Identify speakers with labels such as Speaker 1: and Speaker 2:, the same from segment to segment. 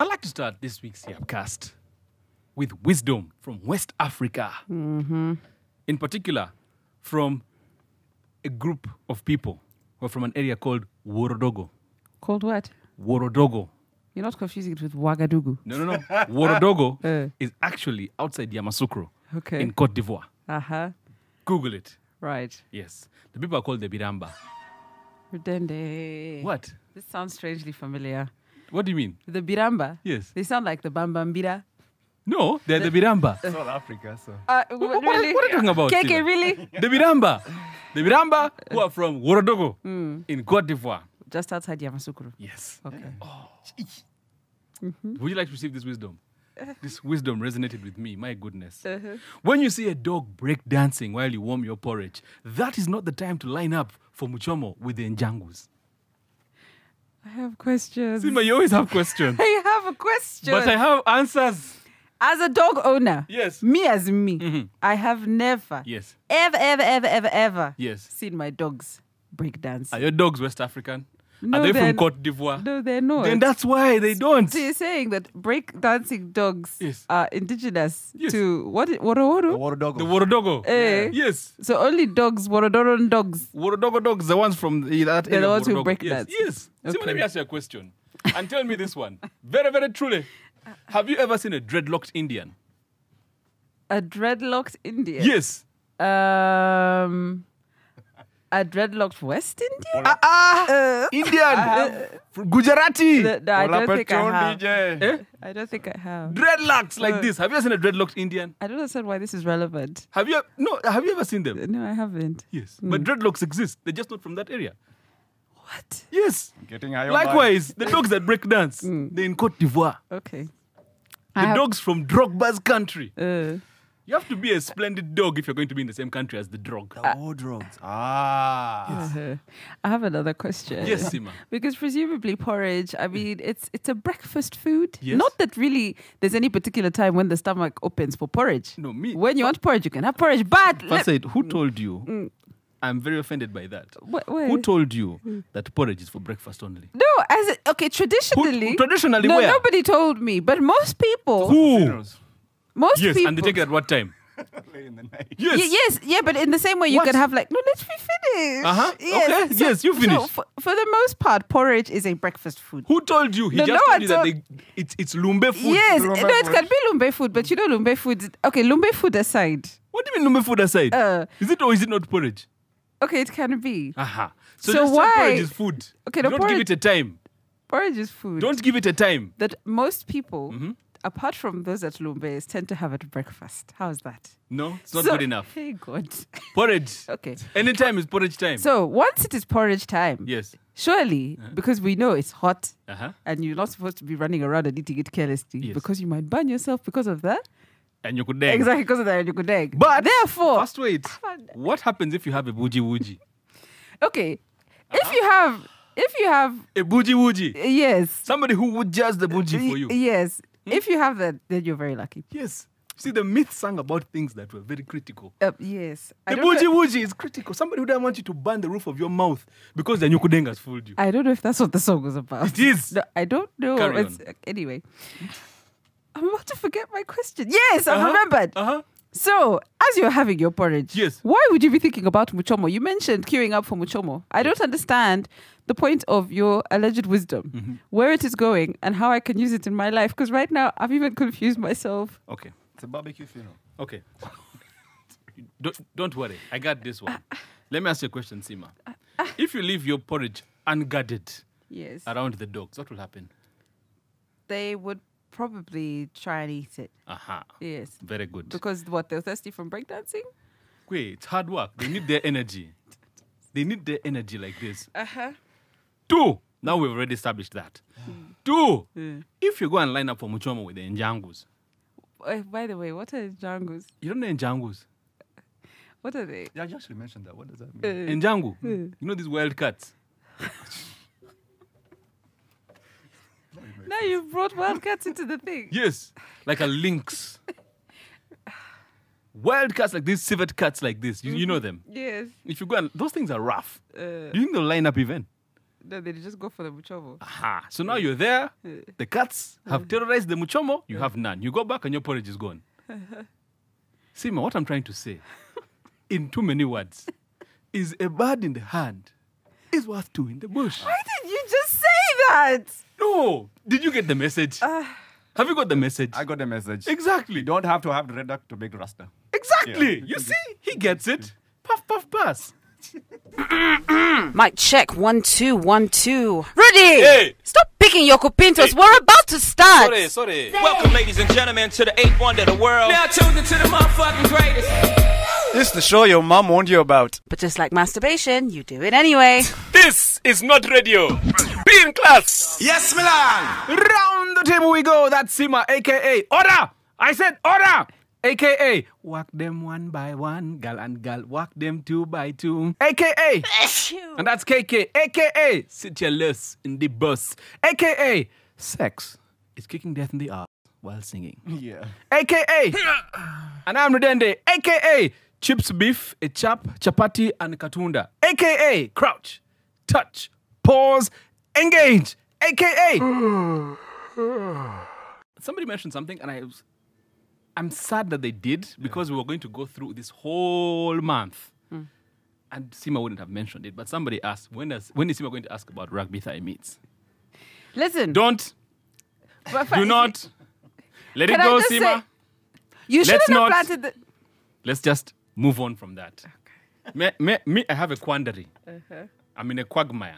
Speaker 1: I'd like to start this week's Yapcast with wisdom from West Africa. In particular, from a group of people who are from an area called Worodogo.
Speaker 2: Called what?
Speaker 1: Worodogo.
Speaker 2: You're not confusing it with Ouagadougou.
Speaker 1: No, no, no. Worodogo
Speaker 2: Eh.
Speaker 1: is actually outside Yamasukro
Speaker 2: Okay.
Speaker 1: in Cote d'Ivoire.
Speaker 2: Uh huh.
Speaker 1: Google it.
Speaker 2: Right.
Speaker 1: Yes. The people are called the Biramba.
Speaker 2: Redende.
Speaker 1: What?
Speaker 2: This sounds strangely familiar.
Speaker 1: What do you mean?
Speaker 2: The Biramba.
Speaker 1: Yes.
Speaker 2: They sound like the Bambambira.
Speaker 1: No, they're the Biramba.
Speaker 3: It's all Africa, so.
Speaker 2: Uh, w-
Speaker 1: what-
Speaker 2: really?
Speaker 1: what are you talking about,
Speaker 2: KK,
Speaker 1: Sila?
Speaker 2: really?
Speaker 1: the Biramba. The Biramba who are from Worodogo in Cote d'Ivoire.
Speaker 2: Just outside Yamasukuru.
Speaker 1: Yes. Oh.
Speaker 2: Okay. Mm-hmm.
Speaker 1: Would you like to receive this wisdom? This wisdom resonated with me. My goodness. When you see a dog break dancing while you warm your porridge, that is not the time to line up for muchomo with the Njangus.
Speaker 2: I have questions.
Speaker 1: Sima, you always have questions.
Speaker 2: I have a question.
Speaker 1: but I have answers.
Speaker 2: as a dog owner,
Speaker 1: Yes. Mm-hmm.
Speaker 2: me as me, I have never,
Speaker 1: Yes.
Speaker 2: ever, ever, ever, ever, ever
Speaker 1: Yes.
Speaker 2: seen my dogs break dance.
Speaker 1: Are your dogs West African?
Speaker 2: No,
Speaker 1: Are they
Speaker 2: they're-
Speaker 1: from Cote d'Ivoire?
Speaker 2: no, they're not.
Speaker 1: Then that's why they don't.
Speaker 2: So you're saying that break dancing dogs
Speaker 1: Yes.
Speaker 2: are indigenous
Speaker 1: Yes.
Speaker 2: to what? Woro Woro?
Speaker 3: Water dog.
Speaker 1: The Worodogo.
Speaker 2: Eh.
Speaker 1: Yes.
Speaker 2: So only dogs, Worodoron dogs.
Speaker 1: Worodogo dogs, the ones from the, that
Speaker 2: They're
Speaker 1: area
Speaker 2: the
Speaker 1: of
Speaker 2: ones who
Speaker 1: Worodogo.
Speaker 2: break
Speaker 1: yes.
Speaker 2: dance.
Speaker 1: Yes. Simon, let
Speaker 2: Okay.
Speaker 1: me ask you a question. And tell me this one. Very, very truly. Have you ever seen a dreadlocked Indian?
Speaker 2: A dreadlocked Indian.
Speaker 1: Yes.
Speaker 2: Um, a dreadlocked West Indian? Uh,
Speaker 1: Ah, Indian. From Gujarati.
Speaker 2: no, no, I don't think I have. Uh.
Speaker 3: DJ.
Speaker 1: Eh?
Speaker 2: I don't think I have.
Speaker 1: Dreadlocks like this. Have you ever seen a dreadlocked Indian?
Speaker 2: I don't understand why this is relevant.
Speaker 1: Have you no? Have you ever seen them?
Speaker 2: No, I haven't.
Speaker 1: Yes. But dreadlocks exist. They're just not from that area.
Speaker 2: What?
Speaker 1: Yes.
Speaker 3: Getting high on
Speaker 1: Likewise, the dogs that break dance, they're in Cote d'Ivoire.
Speaker 2: Okay.
Speaker 1: The
Speaker 2: Mm. I have-
Speaker 1: dogs from Drogba's country.
Speaker 2: Uh,
Speaker 1: You have to be a splendid dog if you're going to be in the same country as the drog.
Speaker 3: life. All drugs. Ah.
Speaker 2: uh, I have another question.
Speaker 1: Yes, Sima.
Speaker 2: Because presumably porridge, I mean, it's it's a breakfast food.
Speaker 1: Mm. Yes.
Speaker 2: Not that really there's any particular time when the stomach opens for porridge.
Speaker 1: No, me-
Speaker 2: When you want porridge, you can have porridge. But let,
Speaker 1: Fasaid, who told
Speaker 2: Mm.
Speaker 1: you? I'm very offended by that.
Speaker 2: wh- where?
Speaker 1: Who told you
Speaker 2: Mm.
Speaker 1: that porridge is for breakfast only?
Speaker 2: no, as it, okay, traditionally,
Speaker 1: traditionally
Speaker 2: no,
Speaker 1: where?
Speaker 2: nobody told me. But most people,
Speaker 1: Who?
Speaker 3: Funerals.
Speaker 2: most
Speaker 1: Yes,
Speaker 2: people,
Speaker 1: and they take it at what time?
Speaker 3: Late in the night.
Speaker 1: Yes.
Speaker 2: Ye- yes, yeah, but in the same way, you
Speaker 1: What?
Speaker 2: can have like no. Let me finish.
Speaker 1: Uh-huh.
Speaker 2: Yes.
Speaker 1: Okay. Yes, you finish.
Speaker 2: for, for the most part, porridge is a breakfast food.
Speaker 1: Who told you? He
Speaker 2: No,
Speaker 1: just
Speaker 2: no
Speaker 1: told you
Speaker 2: one
Speaker 1: that they, it's, it's lumbe food.
Speaker 2: yes, no,
Speaker 3: lumbe
Speaker 2: it
Speaker 3: food.
Speaker 2: can be lumbe food, but you know lumbe food. Okay, lumbe food aside,
Speaker 1: What do you mean lumbe food aside?
Speaker 2: Uh,
Speaker 1: is it or is it not porridge?
Speaker 2: okay, it can be
Speaker 1: Aha. So,
Speaker 2: So
Speaker 1: just say
Speaker 2: why-
Speaker 1: porridge is food.
Speaker 2: Okay,
Speaker 1: You
Speaker 2: the
Speaker 1: Don't give it
Speaker 2: porridge-
Speaker 1: a time.
Speaker 2: porridge is food
Speaker 1: Don't Mm-hmm. give it a time.
Speaker 2: that most people, apart from those at lumbes, tend to have at breakfast. How's that?
Speaker 1: No, it's not
Speaker 2: So-
Speaker 1: good enough.
Speaker 2: Hey God.
Speaker 1: Porridge.
Speaker 2: okay.
Speaker 1: Anytime is porridge time.
Speaker 2: So once it is porridge time,
Speaker 1: yes.
Speaker 2: surely because we know it's hot
Speaker 1: Uh huh.
Speaker 2: and you're not supposed to be running around and eating it carelessly
Speaker 1: Yes.
Speaker 2: because you might burn yourself because of that.
Speaker 1: And you could then.
Speaker 2: Exactly because of that you could egg.
Speaker 1: But-
Speaker 2: therefore,
Speaker 1: First, wait. What happens if you have a bougie woogie?
Speaker 2: okay,
Speaker 1: Uh-huh.
Speaker 2: if you have, if you have,
Speaker 1: A bougie woogie.
Speaker 2: yes,
Speaker 1: Somebody who would judge the bougie for
Speaker 2: Y-
Speaker 1: you. Hmm?
Speaker 2: yes, if you have that, then you're very lucky.
Speaker 1: Yes. See, the myth sang about things that were very critical.
Speaker 2: Uh, yes, I
Speaker 1: The
Speaker 2: don't,
Speaker 1: bougie
Speaker 2: know,
Speaker 1: woogie is critical. Somebody who doesn't want you to burn the roof of your mouth because the nyukudenga has fooled you.
Speaker 2: I don't know if that's what the song was about.
Speaker 1: It is.
Speaker 2: No, I don't know.
Speaker 1: Carry
Speaker 2: It's- Anyway, I'm about to forget my question. Yes, I remembered.
Speaker 1: Uh huh.
Speaker 2: So, as you're having your porridge,
Speaker 1: Yes.
Speaker 2: why would you be thinking about muchomo? You mentioned queuing up for muchomo. I don't understand the point of your alleged wisdom,
Speaker 1: Mm-hmm.
Speaker 2: where it is going, and how I can use it in my life. Because right now, I've even confused myself.
Speaker 1: Okay.
Speaker 3: It's a barbecue funeral.
Speaker 1: Okay. don't, don't worry. I got this one. Let me ask you a question, Sima. If you leave your porridge unguarded
Speaker 2: Yes,
Speaker 1: around the dogs, what will happen?
Speaker 2: they would probably try and eat it.
Speaker 1: Aha.
Speaker 2: Yes,
Speaker 1: Very good.
Speaker 2: because what they're thirsty from breakdancing.
Speaker 1: Wait, it's hard work. They need their energy. They need their energy like this.
Speaker 2: Uh huh.
Speaker 1: Two. Now we've already established that. Two. If you go and line up for Muchomo with the Njangus,
Speaker 2: Uh, by the way, what are jangles?
Speaker 1: you don't know Njangus.
Speaker 2: What are they?
Speaker 3: Yeah, you actually mentioned that. What does that
Speaker 2: Hmm.
Speaker 3: mean?
Speaker 1: Njangu. You know these wild cats.
Speaker 2: Now you've brought wildcats into the thing.
Speaker 1: Yes, like a lynx. Wild cats like this, civet cats like this. You, you know them.
Speaker 2: Yes.
Speaker 1: If you go and those things are rough.
Speaker 2: Uh,
Speaker 1: Do you think they'll line up even?
Speaker 2: No, they just go for the muchomo.
Speaker 1: Aha. So now you're there. The cats have terrorized the muchomo. You have none. You go back and your porridge is gone. Sima, what I'm trying to say, in too many words, is a bird in the hand is worth two in the bush.
Speaker 2: Why did you just say that?
Speaker 1: No. Did you get the message? have you got the message?
Speaker 2: Uh,
Speaker 3: I got a message.
Speaker 1: exactly.
Speaker 3: You don't have to have red duck to make rasta.
Speaker 1: Exactly.
Speaker 3: Yeah.
Speaker 1: You see, he gets it. Puff, puff, pass.
Speaker 4: Mic check one two one two. Rudy,
Speaker 5: Hey.
Speaker 4: stop picking your copintos.
Speaker 5: Hey.
Speaker 4: We're about to start.
Speaker 5: Sorry, sorry.
Speaker 6: Welcome, ladies and gentlemen, to the eighth wonder of the world. Now tuned into the motherfucking greatest.
Speaker 7: This is the show your mom warned you about.
Speaker 4: But just like masturbation, you do it anyway.
Speaker 5: This is not radio. Be in class.
Speaker 7: Yes, Milan!
Speaker 1: Round the table we go. That's Sima, aka Order. I said Order, aka Walk them one by one, gal and gal. Walk them two by two, aka. and that's KK, aka Sit your loss in the bus, aka Sex is kicking death in the ass while singing,
Speaker 3: Yeah.
Speaker 2: Uh-huh.
Speaker 1: aka. and I'm Redende, aka Chips Beef, a chap, chapati, and katunda, aka Crouch, Touch, Pause, Engage, aka somebody mentioned something and I was I'm sad that they did because we were going to go through this whole month.
Speaker 2: Hmm.
Speaker 1: And Sima wouldn't have mentioned it, but somebody asked, when, does, when is Sima going to ask about rugby thigh meats?
Speaker 2: Listen,
Speaker 1: Don't,
Speaker 2: but fa-
Speaker 1: do not, let it
Speaker 2: Can I
Speaker 1: go,
Speaker 2: just say-
Speaker 1: Sima.
Speaker 2: You shouldn't
Speaker 1: let's
Speaker 2: have
Speaker 1: not-
Speaker 2: planted the.
Speaker 1: Let's just move on from that. Me, me, me, I have a quandary. I'm in a quagmire.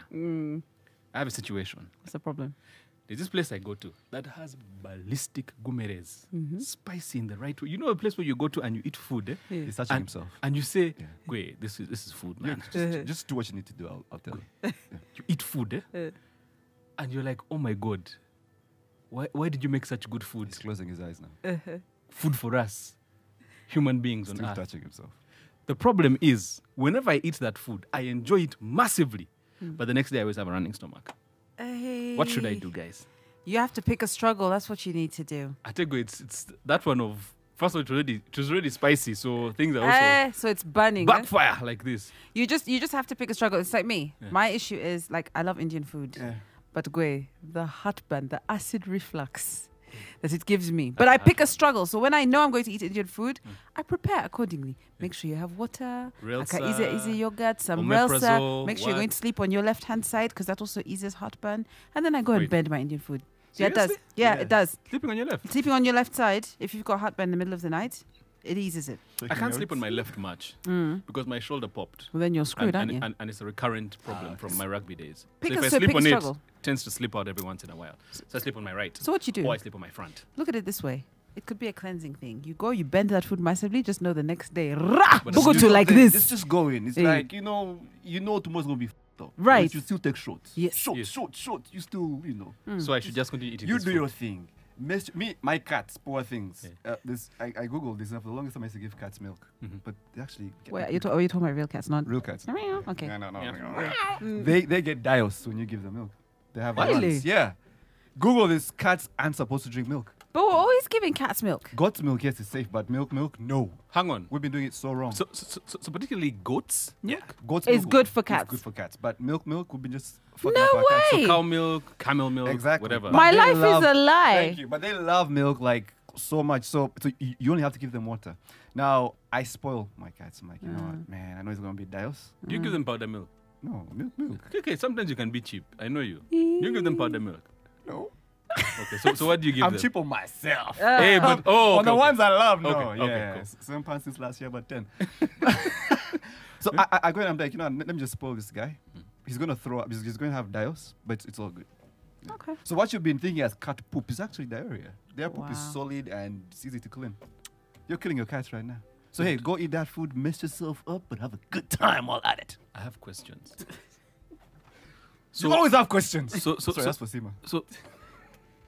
Speaker 1: I have a situation.
Speaker 2: What's the problem?
Speaker 1: There's this place I go to that has ballistic gumeres, spicy in the right way. You know a place where you go to and you eat food, eh?
Speaker 3: He's touching
Speaker 1: and,
Speaker 3: himself.
Speaker 1: and you say, "Wait, this is this is food, man.
Speaker 3: Just, just do what you need to do. I'll, I'll tell you.
Speaker 1: You eat food, eh? and you're like, "Oh my god, why why did you make such good food?
Speaker 3: He's closing his eyes
Speaker 2: Uh-huh.
Speaker 3: now.
Speaker 1: Food for us, human beings on
Speaker 3: Still
Speaker 2: Ah.
Speaker 1: earth."
Speaker 3: touching himself.
Speaker 1: The problem is, whenever I eat that food, I enjoy it massively,
Speaker 2: Hmm.
Speaker 1: but the next day I always have a running stomach. What should I
Speaker 2: Eh.
Speaker 1: do, guys?
Speaker 2: You have to pick a struggle. That's what you need to do.
Speaker 1: I tell you, it's it's that one of first of all, it was already it was already spicy, so things are also.
Speaker 2: Eh, so it's burning. eh?
Speaker 1: backfire like this.
Speaker 2: You just you just have to pick a struggle. It's like me. My issue is like I love Indian food, but gwe the heartburn, the acid reflux
Speaker 1: Mm.
Speaker 2: that it gives me. But I pick a struggle. So when I know I'm going to eat Indian food,
Speaker 1: Mm.
Speaker 2: I prepare accordingly. Make sure you have water,
Speaker 1: Relsa,
Speaker 2: easy easy yogurt, some
Speaker 1: omeprazole,
Speaker 2: relsa. Make sure you're going
Speaker 1: what?
Speaker 2: to sleep on your left hand side because that also eases heartburn. And then I go
Speaker 1: Wait.
Speaker 2: and bend my Indian food. Yeah, it does.
Speaker 1: Seriously?
Speaker 2: Yeah, it does.
Speaker 1: Sleeping on your left.
Speaker 2: Sleeping on your left side, if you've got heartburn in the middle of the night, it eases it.
Speaker 1: I can't sleep on my left much
Speaker 2: Hmm.
Speaker 1: because my shoulder popped.
Speaker 2: Well, then you're
Speaker 1: And,
Speaker 2: screwed, aren't
Speaker 1: and,
Speaker 2: you?
Speaker 1: and, and it's a recurrent
Speaker 3: Ah,
Speaker 1: problem from my rugby days.
Speaker 2: Pick
Speaker 1: so
Speaker 2: a-
Speaker 1: if I
Speaker 2: so
Speaker 1: sleep
Speaker 2: pick
Speaker 1: on
Speaker 2: a
Speaker 1: it,
Speaker 2: struggle.
Speaker 1: tends to slip out every once in a while. So I sleep on my right.
Speaker 2: So what you do?
Speaker 1: Or I sleep on my front.
Speaker 2: Look at it this way. It could be a cleansing thing. You go, you bend that food massively, just know the next day, rah,
Speaker 1: But
Speaker 2: bugo
Speaker 1: it's
Speaker 2: to
Speaker 1: just
Speaker 2: like
Speaker 3: Then
Speaker 2: this.
Speaker 3: It's just going. It's
Speaker 2: Eh.
Speaker 3: like, you know, you know tomorrow's going to be fucked up.
Speaker 2: Right.
Speaker 3: But you still take shots.
Speaker 2: Yes. Mm.
Speaker 3: Short,
Speaker 1: Yes.
Speaker 3: short, short. You still, you know.
Speaker 2: Hmm.
Speaker 1: So I should just continue eating.
Speaker 3: You
Speaker 1: this
Speaker 3: do
Speaker 1: food.
Speaker 3: your thing. Mes- me, my cats, poor things. Uh, this, I, I googled this. and For the longest time, I used to give cats milk,
Speaker 1: Mm-hmm.
Speaker 3: but they actually get
Speaker 2: Wait, you talk, oh, you talking about real cats, not
Speaker 3: real cats.
Speaker 2: Meow, Okay. Mm.
Speaker 3: No, no, no,
Speaker 1: Yeah.
Speaker 3: no, no. They they get dios when you give them milk. They have
Speaker 2: Really?
Speaker 3: runs. Yeah. Google this. Cats aren't supposed to drink milk.
Speaker 2: But we're always giving cats milk.
Speaker 3: Goat's milk, yes, is safe, but milk, milk, no.
Speaker 1: Hang on.
Speaker 3: We've been doing it so wrong.
Speaker 1: So, so, so, so particularly goats milk,
Speaker 3: Goat's
Speaker 2: It's
Speaker 3: milk
Speaker 2: good for cats.
Speaker 3: It's good for cats, but milk, milk, we've been just fucking
Speaker 2: No
Speaker 3: up our cats.
Speaker 2: way.
Speaker 1: cow milk, camel milk,
Speaker 3: Exactly.
Speaker 1: whatever.
Speaker 2: My
Speaker 3: they
Speaker 2: life is
Speaker 3: love-
Speaker 2: a lie.
Speaker 3: Thank you. But they love milk like so much. So, so you, you only have to give them water. Now I spoil my cats. I'm like, you know what, man, I know it's gonna be dios.
Speaker 1: Do you give them powder milk?
Speaker 3: No, milk, milk.
Speaker 1: Okay, okay, sometimes you can be cheap. I know you. You give them powder milk.
Speaker 3: No.
Speaker 1: Okay, so, so what do you give
Speaker 3: I'm
Speaker 1: them?
Speaker 3: cheap on myself.
Speaker 1: Hey, but oh,
Speaker 3: on the
Speaker 1: okay, okay.
Speaker 3: ones I love, no.
Speaker 1: Okay,
Speaker 3: Okay,
Speaker 1: okay,
Speaker 3: yeah.
Speaker 1: cool.
Speaker 3: s- Seven pounds since last year, but ten. so I, I, I go and I'm like, you know, let let me just spoil this guy.
Speaker 1: Mm.
Speaker 3: He's gonna throw up. He's, he's gonna have dios, but it's, it's all good.
Speaker 2: Okay.
Speaker 3: So what you've been thinking as cat poop is actually diarrhea. Their poop is
Speaker 2: Wow.
Speaker 3: solid and it's easy to clean. You're killing your cats right now. So hey, go eat that food, mess yourself up, but have a good time while at it.
Speaker 1: I have questions.
Speaker 3: you always have questions.
Speaker 1: So, so,
Speaker 3: Sorry,
Speaker 1: so,
Speaker 3: that's for Sima.
Speaker 1: so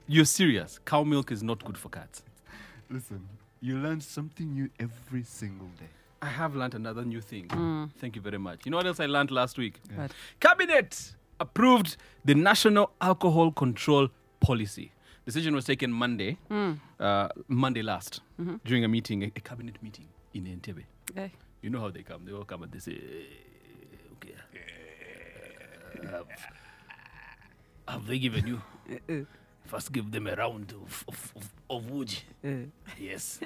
Speaker 1: you're serious. Cow milk is not good for cats.
Speaker 3: Listen, you learn something new every single day.
Speaker 1: I have learned another new thing. Thank you very much. You know what else I learned last week?
Speaker 2: Mm. What?
Speaker 1: Cabinet approved the National Alcohol Control Policy. Decision was taken Monday,
Speaker 2: Mm.
Speaker 1: uh, Monday last,
Speaker 2: Mm-hmm.
Speaker 1: during a meeting, a, a cabinet meeting in Entebbe.
Speaker 2: Okay.
Speaker 1: You know how they come. They all come and they say, "Eh, okay. have they given you?
Speaker 2: Uh,
Speaker 1: First, give them a round of, of, of, of wood.
Speaker 2: Uh.
Speaker 1: Yes.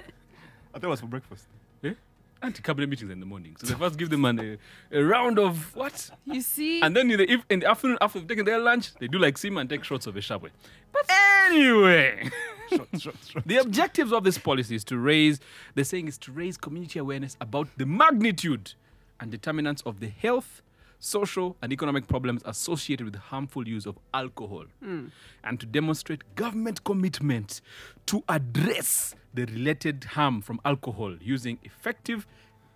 Speaker 3: I thought it was for breakfast.
Speaker 1: eh? Anti-cabinet meetings in the morning. So they first give them an, a, a round of what?
Speaker 2: You see,
Speaker 1: And then in the, eve- in the afternoon, after they've taken their lunch, they do like sim and take shots of a subway. But anyway, Oh, the objectives of this policy is to raise, they're saying is to raise community awareness about the magnitude and determinants of the health, social, and economic problems associated with harmful use of alcohol, and to demonstrate government commitment to address the related harm from alcohol using effective,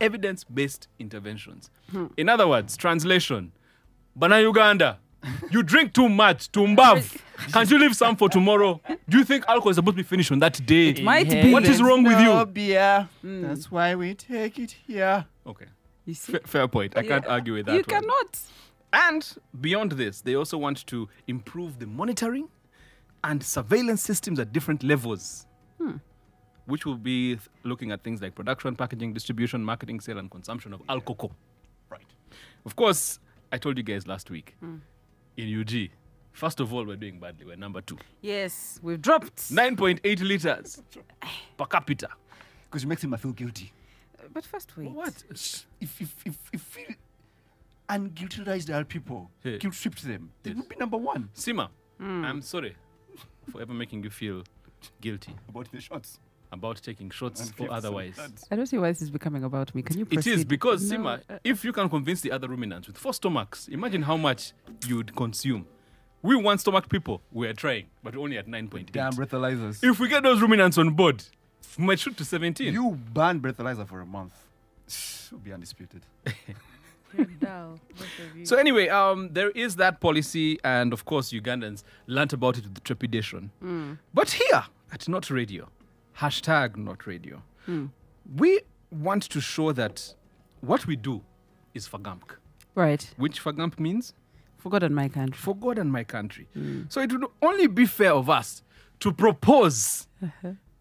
Speaker 1: evidence based interventions. In other words, translation. Bana Uganda, you drink too much, tumbav. Can't you leave some for tomorrow? Do you think alcohol is supposed to be finished on that day? It
Speaker 2: might be.
Speaker 1: What is wrong with you?
Speaker 3: beer. That's why we take it here.
Speaker 1: Okay.
Speaker 2: you see,
Speaker 1: F- fair point. I can't argue with that.
Speaker 2: you
Speaker 1: one.
Speaker 2: cannot.
Speaker 1: And beyond this, they also want to improve the monitoring and surveillance systems at different levels, which will be th- looking at things like production, packaging, distribution, marketing, sale, and consumption of alcohol. Right. Hmm. Of course, I told you guys last week in UG, first of all, we're doing badly. We're number two.
Speaker 2: Yes, we've dropped.
Speaker 1: 9.8 liters per capita.
Speaker 3: Because it makes him I feel guilty.
Speaker 2: But first, wait.
Speaker 1: What?
Speaker 3: If if if if we unguiltized our people,
Speaker 1: Yeah.
Speaker 3: guilt tripped them, they
Speaker 1: Yes.
Speaker 3: would be number one.
Speaker 1: Sima, I'm sorry for ever making you feel guilty
Speaker 3: About the shots.
Speaker 1: about taking shots or
Speaker 3: Fifth,
Speaker 1: otherwise.
Speaker 3: that's-
Speaker 2: I don't see why this is becoming about me. Can you?
Speaker 1: It
Speaker 2: Proceed?
Speaker 1: is because,
Speaker 2: No,
Speaker 1: Sima,
Speaker 2: uh,
Speaker 1: if you can convince the other ruminants with four stomachs, imagine how much you'd consume. We one stomach people, we are trying, but only at 9.8.
Speaker 3: Damn breathalyzers.
Speaker 1: If we get those ruminants on board, we might shoot to 17.
Speaker 3: you ban breathalyzer for a month, it will be undisputed.
Speaker 1: So anyway, um, there is that policy, and of course, Ugandans learnt about it with trepidation.
Speaker 2: Hmm.
Speaker 1: But here at Not Radio, hashtag Not Radio,
Speaker 2: Hmm.
Speaker 1: we want to show that what we do is fagamp,
Speaker 2: right.
Speaker 1: which fagamp means
Speaker 2: Forgotten my country.
Speaker 1: for God and my country. So it would only be fair of us to propose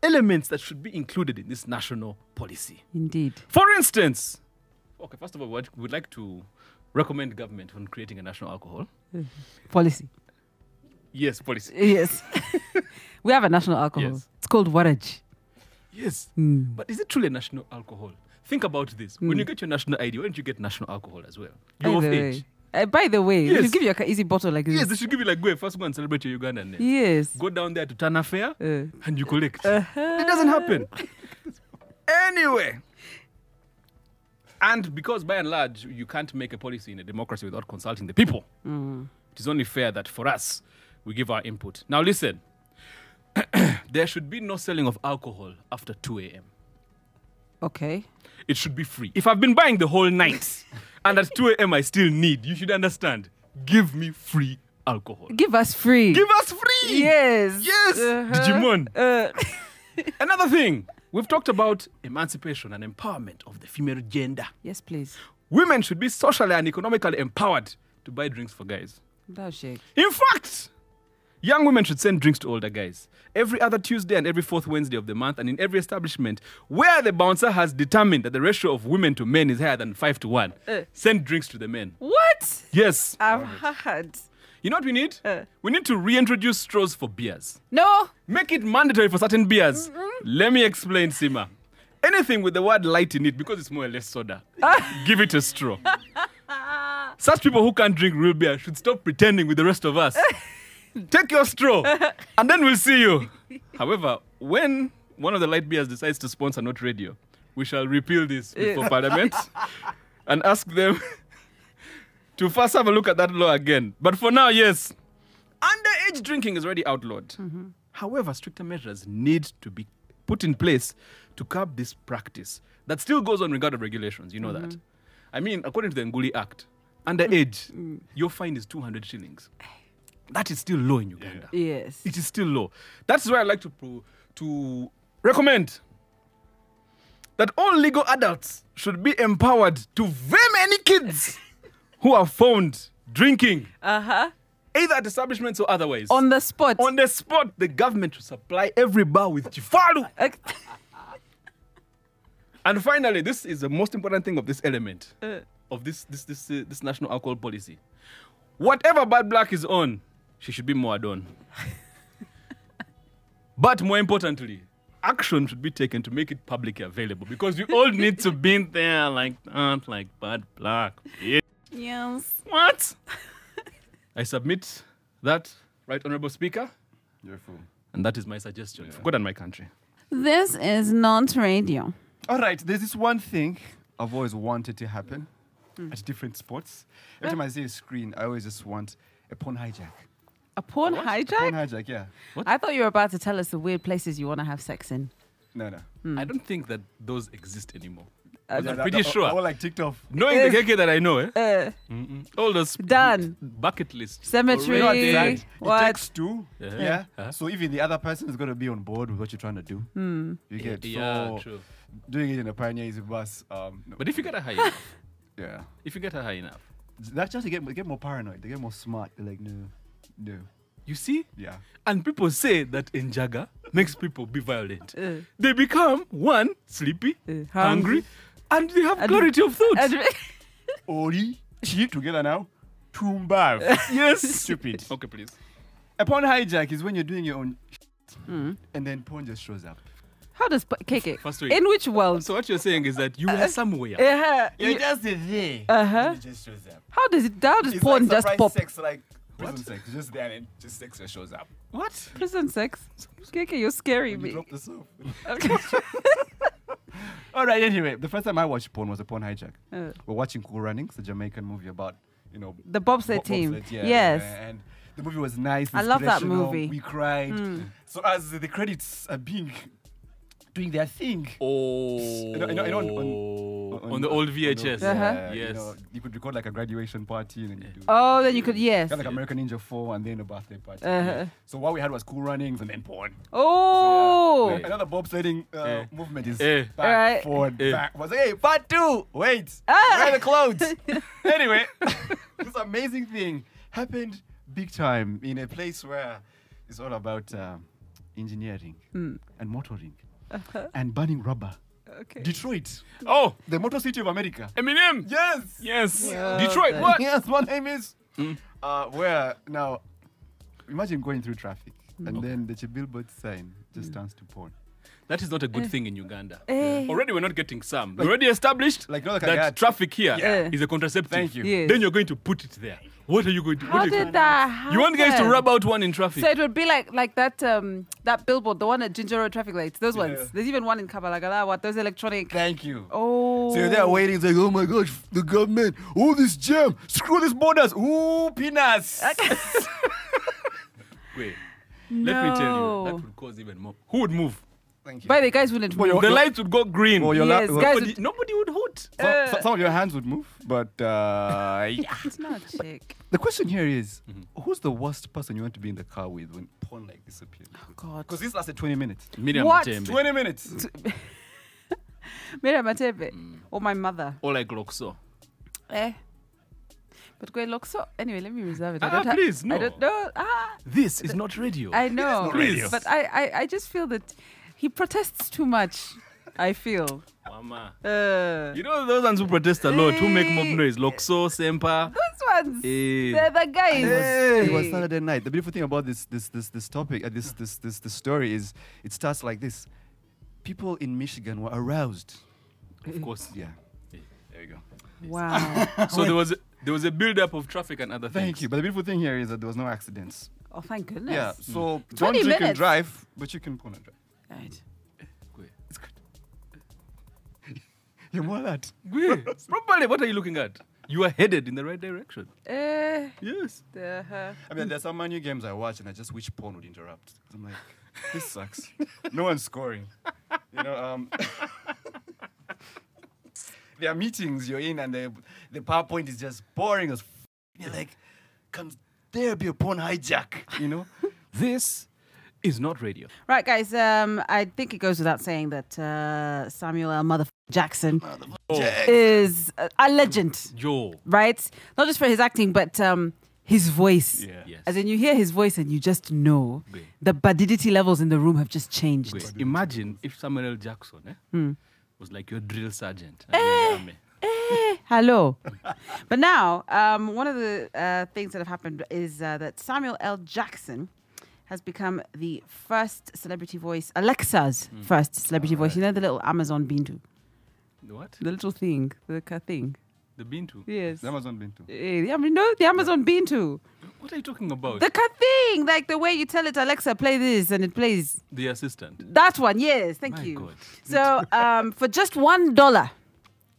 Speaker 1: elements that should be included in this national policy.
Speaker 2: Indeed.
Speaker 1: For instance, okay, first of all, what- we'd like to recommend government on creating a national alcohol.
Speaker 2: Policy.
Speaker 1: Yes, policy.
Speaker 2: Yes. we have a national alcohol.
Speaker 1: Yes.
Speaker 2: It's called Waraj.
Speaker 1: Yes. But is it truly a national alcohol? Think about this. When you get your national ID, why don't you get national alcohol as well? You're
Speaker 2: By
Speaker 1: of
Speaker 2: the
Speaker 1: age.
Speaker 2: way. Uh, by the way, yes.
Speaker 1: Yes.
Speaker 2: you give you a easy bottle like
Speaker 1: Yes,
Speaker 2: this.
Speaker 1: they should give you like, go first go and celebrate your Ugandan name.
Speaker 2: Yes.
Speaker 1: Go down there to Tana Fair
Speaker 2: Uh.
Speaker 1: and you collect.
Speaker 2: Uh-huh.
Speaker 1: It doesn't happen. anyway. And because by and large, you can't make a policy in a democracy without consulting the people,
Speaker 2: Mm.
Speaker 1: it is only fair that for us, we give our input. Now, listen, there should be no selling of alcohol after 2 a.m.
Speaker 2: Uh, Okay.
Speaker 1: it should be free. If I've been buying the whole night and at 2 a.m. I still need, you should understand. Give me free alcohol.
Speaker 2: Give us free.
Speaker 1: Give us free!
Speaker 2: Yes.
Speaker 1: Yes!
Speaker 2: Uh-huh.
Speaker 1: Digimon.
Speaker 2: Uh,
Speaker 1: Another thing, we've talked about emancipation and empowerment of the female gender.
Speaker 2: yes, please.
Speaker 1: Women should be socially and economically empowered to buy drinks for guys.
Speaker 2: Thou shake.
Speaker 1: In fact, young women should send drinks to older guys every other Tuesday and every fourth Wednesday of the month, and in every establishment where the bouncer has determined that the ratio of women to men is higher than five to one. Send drinks to the men.
Speaker 2: What?
Speaker 1: Yes.
Speaker 2: I've had.
Speaker 1: You know what we need? we need to reintroduce straws for beers.
Speaker 2: No.
Speaker 1: Make it mandatory for certain beers. Let me explain, Sima. Anything with the word light in it, because it's more or less soda, give it a straw. Such people who can't drink real beer should stop pretending with the rest of us. Take your straw, and then we'll see you. However, when one of the light beers decides to sponsor Not Radio, we shall repeal this before Parliament and ask them to first have a look at that law again. But for now, yes, underage drinking is already outlawed. However, stricter measures need to be put in place to curb this practice that still goes on regard of regulations. You know that. I mean, according to the Nguli Act, underage, your fine is 200 shillings. That is still low in Uganda.
Speaker 2: Yes.
Speaker 1: It is still low. That's why I like to pro- to recommend that all legal adults should be empowered to vim any kids who are found drinking,
Speaker 2: Uh huh.
Speaker 1: either at establishments or otherwise.
Speaker 2: On the spot.
Speaker 1: On the spot, the government should supply every bar with chifalu.
Speaker 2: Okay.
Speaker 1: And finally, this is the most important thing of this element uh, of this this this uh, this national alcohol policy. Whatever bad black is on, she should be more adon. but more importantly, action should be taken to make it publicly available because we all need to be there like that, like bad black. bitch.
Speaker 2: Yes.
Speaker 1: What? I submit that, right, Honorable Speaker,
Speaker 3: You're a fool.
Speaker 1: and that is my suggestion for God and my country.
Speaker 2: This is not radio.
Speaker 3: All right, there's this one thing I've always wanted to happen
Speaker 1: Hmm.
Speaker 3: at different spots. Every time I see a screen, I always just want a porn hijack.
Speaker 2: A porn
Speaker 3: Porn
Speaker 2: hijack?
Speaker 3: hijack, yeah.
Speaker 2: I thought you were about to tell us the weird places you want to have sex in.
Speaker 3: No, no.
Speaker 1: I don't think that those exist anymore.
Speaker 3: Yeah, that-
Speaker 1: pretty
Speaker 3: that-
Speaker 1: sure.
Speaker 3: Or like TikTok.
Speaker 1: Knowing the KK that I know, eh?
Speaker 2: Uh,
Speaker 1: all those
Speaker 2: done.
Speaker 1: bucket lists.
Speaker 2: Cemetery.
Speaker 3: You know, it's like,
Speaker 2: What?
Speaker 3: It takes two. Yeah.
Speaker 1: Uh-huh.
Speaker 3: So even the other person is going to be on board with what you're trying to do.
Speaker 1: Hmm.
Speaker 3: You get
Speaker 1: Yeah,
Speaker 3: so
Speaker 1: true.
Speaker 3: doing it in a pioneer is a bus. Um, no,
Speaker 1: But if you get her high enough,
Speaker 3: yeah.
Speaker 1: if you get her high enough,
Speaker 3: That's just they get, they get more paranoid. They get more smart. They're like, no, no.
Speaker 1: you see?
Speaker 3: Yeah.
Speaker 1: And people say that Njaga makes people be violent. They become one, sleepy,
Speaker 2: Uh. hungry.
Speaker 1: hungry, and they have
Speaker 2: And-
Speaker 1: clarity of thought.
Speaker 2: And-
Speaker 3: Ori, cheat together now. Tumbav.
Speaker 1: yes.
Speaker 3: Stupid.
Speaker 1: Okay, please.
Speaker 3: A porn hijack is when you're doing your own
Speaker 2: Hmm.
Speaker 3: and then porn just shows up.
Speaker 2: How does p- KK?
Speaker 1: First week.
Speaker 2: in which world?
Speaker 1: So what you're saying is that you
Speaker 2: Uh,
Speaker 1: were somewhere.
Speaker 2: Uh-huh.
Speaker 3: You're just there.
Speaker 2: Uh-huh.
Speaker 3: It just shows up.
Speaker 2: How does it? How does
Speaker 3: It's
Speaker 2: porn
Speaker 3: like
Speaker 2: just
Speaker 3: surprise
Speaker 2: pop?
Speaker 3: sex, like prison sex. It's just there and just sex just shows up.
Speaker 1: What?
Speaker 2: Prison sex? KK, you're scaring me.
Speaker 3: the soap.
Speaker 2: Okay.
Speaker 3: All right, anyway, the first time I watched porn was a porn hijack.
Speaker 2: Uh.
Speaker 3: We're watching Cool Runnings, the Jamaican movie about, you know,
Speaker 2: the bobsled
Speaker 3: bo-
Speaker 2: team.
Speaker 3: bobsled, yeah,
Speaker 2: yes.
Speaker 3: yeah, And the movie was nice.
Speaker 2: I love that
Speaker 3: inspirational,
Speaker 2: movie. Hmm.
Speaker 3: We cried. So as the credits are being doing their thing,
Speaker 1: Oh.
Speaker 3: You know- you know- you know on- on-
Speaker 1: On the old VHS.
Speaker 3: yeah,
Speaker 2: Uh-huh.
Speaker 3: you,
Speaker 1: Yes.
Speaker 3: know, you could record like a graduation party and then you do.
Speaker 2: Oh, then you could yes.
Speaker 3: Kind of like American Ninja 4 and then a birthday party.
Speaker 2: Uh-huh.
Speaker 3: So what we had was cool runnings and then porn.
Speaker 2: Oh,
Speaker 3: Yeah. Another bobsledding uh,
Speaker 1: Eh.
Speaker 3: movement is
Speaker 1: Eh.
Speaker 3: back,
Speaker 2: Right. Ah.
Speaker 3: forward,
Speaker 1: Eh.
Speaker 3: back. Was hey, part two. Wait, wear the clothes. anyway, this amazing thing happened big time in a place where it's all about um, engineering
Speaker 2: Hmm.
Speaker 3: and motoring
Speaker 2: Uh-huh.
Speaker 3: and burning rubber.
Speaker 2: okay.
Speaker 3: Detroit,
Speaker 1: Oh,
Speaker 3: the motor city of America.
Speaker 1: Eminem.
Speaker 3: Yes.
Speaker 1: Yes. Uh,
Speaker 2: Yeah.
Speaker 1: Detroit. What? Hmm.
Speaker 3: Yes, my name is. Uh, where now? Imagine going through traffic
Speaker 2: Hmm.
Speaker 3: and then the billboard sign just turns to porn.
Speaker 1: That is not a good thing in Uganda.
Speaker 2: Eh.
Speaker 1: Already we're not getting some. we already established
Speaker 3: like, no,
Speaker 1: that
Speaker 3: like I got-
Speaker 1: traffic here is
Speaker 2: Yeah.
Speaker 1: a contraceptive.
Speaker 3: Thank you.
Speaker 2: Eh. Yes.
Speaker 1: Then you're going to put it there. What are you going to
Speaker 2: How
Speaker 1: what are you-
Speaker 2: did that happen?
Speaker 1: You want guys to rub out one in traffic.
Speaker 2: So it would be like like that um that billboard, the one at Ginger Road traffic lights, those
Speaker 3: Yeah.
Speaker 2: ones. There's even one in Kabalagalawa, those electronic.
Speaker 3: Thank you.
Speaker 2: Oh.
Speaker 3: So you're there waiting, it's like, oh my gosh, the government, oh this jam, screw these borders, ooh peanuts.
Speaker 1: Wait. Let me tell
Speaker 2: No.
Speaker 1: you, that would cause even more. Who would move?
Speaker 3: Thank you.
Speaker 2: By the guys wouldn't move.
Speaker 1: The lights would go green.
Speaker 3: Oh, your la-
Speaker 2: yes,
Speaker 3: well,
Speaker 2: guys. Eh,
Speaker 1: nobody, nobody would hoot.
Speaker 3: So- so- some of your hands would move, but uh, yeah.
Speaker 2: It's not chick.
Speaker 3: The question here is, who's the worst person you want to be in the car with when porn like disappears?
Speaker 2: God.
Speaker 3: Because this lasted 20 minutes.
Speaker 1: Miriam
Speaker 2: What?
Speaker 1: Matembe.
Speaker 3: 20 minutes.
Speaker 2: Miriam Matebe or Oh, my mother.
Speaker 1: Or like Loxo.
Speaker 2: Eh. But Gwen Loxo, anyway, let me reserve it. I
Speaker 1: Ah,
Speaker 2: don't ha-
Speaker 1: please, no.
Speaker 2: I don't know. Ah,
Speaker 1: This is not radio.
Speaker 2: I know.
Speaker 1: radio.
Speaker 2: But I, I, I just feel that he protests too much. I feel.
Speaker 1: Mama.
Speaker 2: Uh,
Speaker 1: You know those ones who protest a lot, who make mob
Speaker 2: Eh.
Speaker 1: noise. Loxo, Sempa.
Speaker 2: those ones.
Speaker 1: Eh.
Speaker 2: They're the guys.
Speaker 3: It was
Speaker 2: Eh.
Speaker 3: Saturday night. The beautiful thing about this this this this topic, uh, this this this this story is, it starts like this. People in Michigan were aroused.
Speaker 1: Of course.
Speaker 3: Yeah.
Speaker 1: Eh, There you go.
Speaker 2: Wow.
Speaker 1: So there was a, there was a build up of traffic and other
Speaker 3: Thank
Speaker 1: things.
Speaker 3: you. But the beautiful thing here is that there was no accidents.
Speaker 2: oh, thank goodness.
Speaker 3: Yeah,
Speaker 1: Hmm.
Speaker 3: so don't
Speaker 2: 20
Speaker 3: drink and
Speaker 2: minutes.
Speaker 3: drive, but you can pull and drive.
Speaker 2: Right.
Speaker 3: It's good. You're more that.
Speaker 1: Gwe, Properly, what are you looking at? You are headed in the right direction.
Speaker 2: Eh,
Speaker 1: Yes.
Speaker 2: the, uh,
Speaker 3: I mean, there's some new games I watch, and I just wish porn would interrupt. I'm like, this sucks. no one's scoring. You know, um, there are meetings you're in, and the the PowerPoint is just boring as. F- you're like, can there be a porn hijack? You know.
Speaker 1: This is not radio.
Speaker 2: right, guys. Um, I think it goes without saying that uh, Samuel L. Mother Jackson
Speaker 1: Oh.
Speaker 2: is a, a legend,
Speaker 1: Joe.
Speaker 2: right? Not just for his acting, but um, his voice.
Speaker 3: Yeah.
Speaker 1: Yes.
Speaker 2: As in, you hear his voice and you just know
Speaker 1: Great.
Speaker 2: the badidity levels in the room have just changed.
Speaker 1: Gwe,
Speaker 2: Hmm.
Speaker 1: Imagine if Samuel L. Jackson eh, was like your drill sergeant. and you're in the army.
Speaker 2: Eh, hello. but now, um, one of the uh, things that have happened is uh, that Samuel L. Jackson has become the first celebrity voice, Alexa's first celebrity voice. You know the little Amazon Bindu,
Speaker 1: The what?
Speaker 2: the little thing, the ca- thing.
Speaker 1: The Bintu?
Speaker 2: Yes.
Speaker 3: The Amazon been to.
Speaker 2: Eh, the Am- no, the Amazon Bindu,
Speaker 1: What are you talking about?
Speaker 2: the ca- thing, like the way you tell it, Alexa, play this, and it plays.
Speaker 1: the assistant.
Speaker 2: That one, yes, thank
Speaker 1: My
Speaker 2: you.
Speaker 1: God.
Speaker 2: So, um, for just one dollar,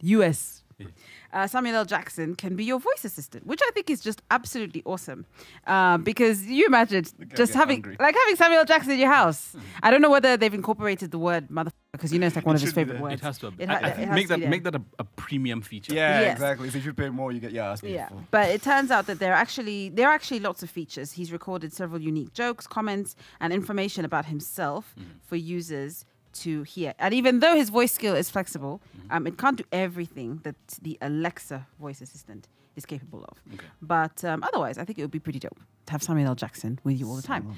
Speaker 2: US,
Speaker 1: Yeah.
Speaker 2: uh, Samuel L. Jackson can be your voice assistant, which I think is just absolutely awesome. Uh, because you imagine
Speaker 3: guy
Speaker 2: just
Speaker 3: gets
Speaker 2: having
Speaker 3: hungry.
Speaker 2: like having Samuel L. Jackson in your house. I don't know whether they've incorporated the word motherfucker because you know it's like one of his
Speaker 3: should be
Speaker 2: favorite
Speaker 3: there.
Speaker 2: words.
Speaker 1: It has to. Have,
Speaker 2: It
Speaker 1: I-
Speaker 2: ha-
Speaker 1: I
Speaker 2: it
Speaker 1: think
Speaker 2: has
Speaker 1: make
Speaker 2: to
Speaker 1: that
Speaker 2: be there.
Speaker 1: make that a, a premium feature.
Speaker 3: Yeah,
Speaker 2: Yes.
Speaker 3: exactly. If you pay more, you get yeah. That's
Speaker 2: Yeah,
Speaker 3: beautiful.
Speaker 2: but it turns out that there are actually there are actually lots of features. He's recorded several unique jokes, comments, and information about himself
Speaker 3: Mm-hmm.
Speaker 2: for users to hear. And even though his voice skill is flexible,
Speaker 3: Mm-hmm.
Speaker 2: um, it can't do everything that the Alexa voice assistant is capable of. But um, otherwise, I think it would be pretty dope to have Samuel L. Jackson with you all the time.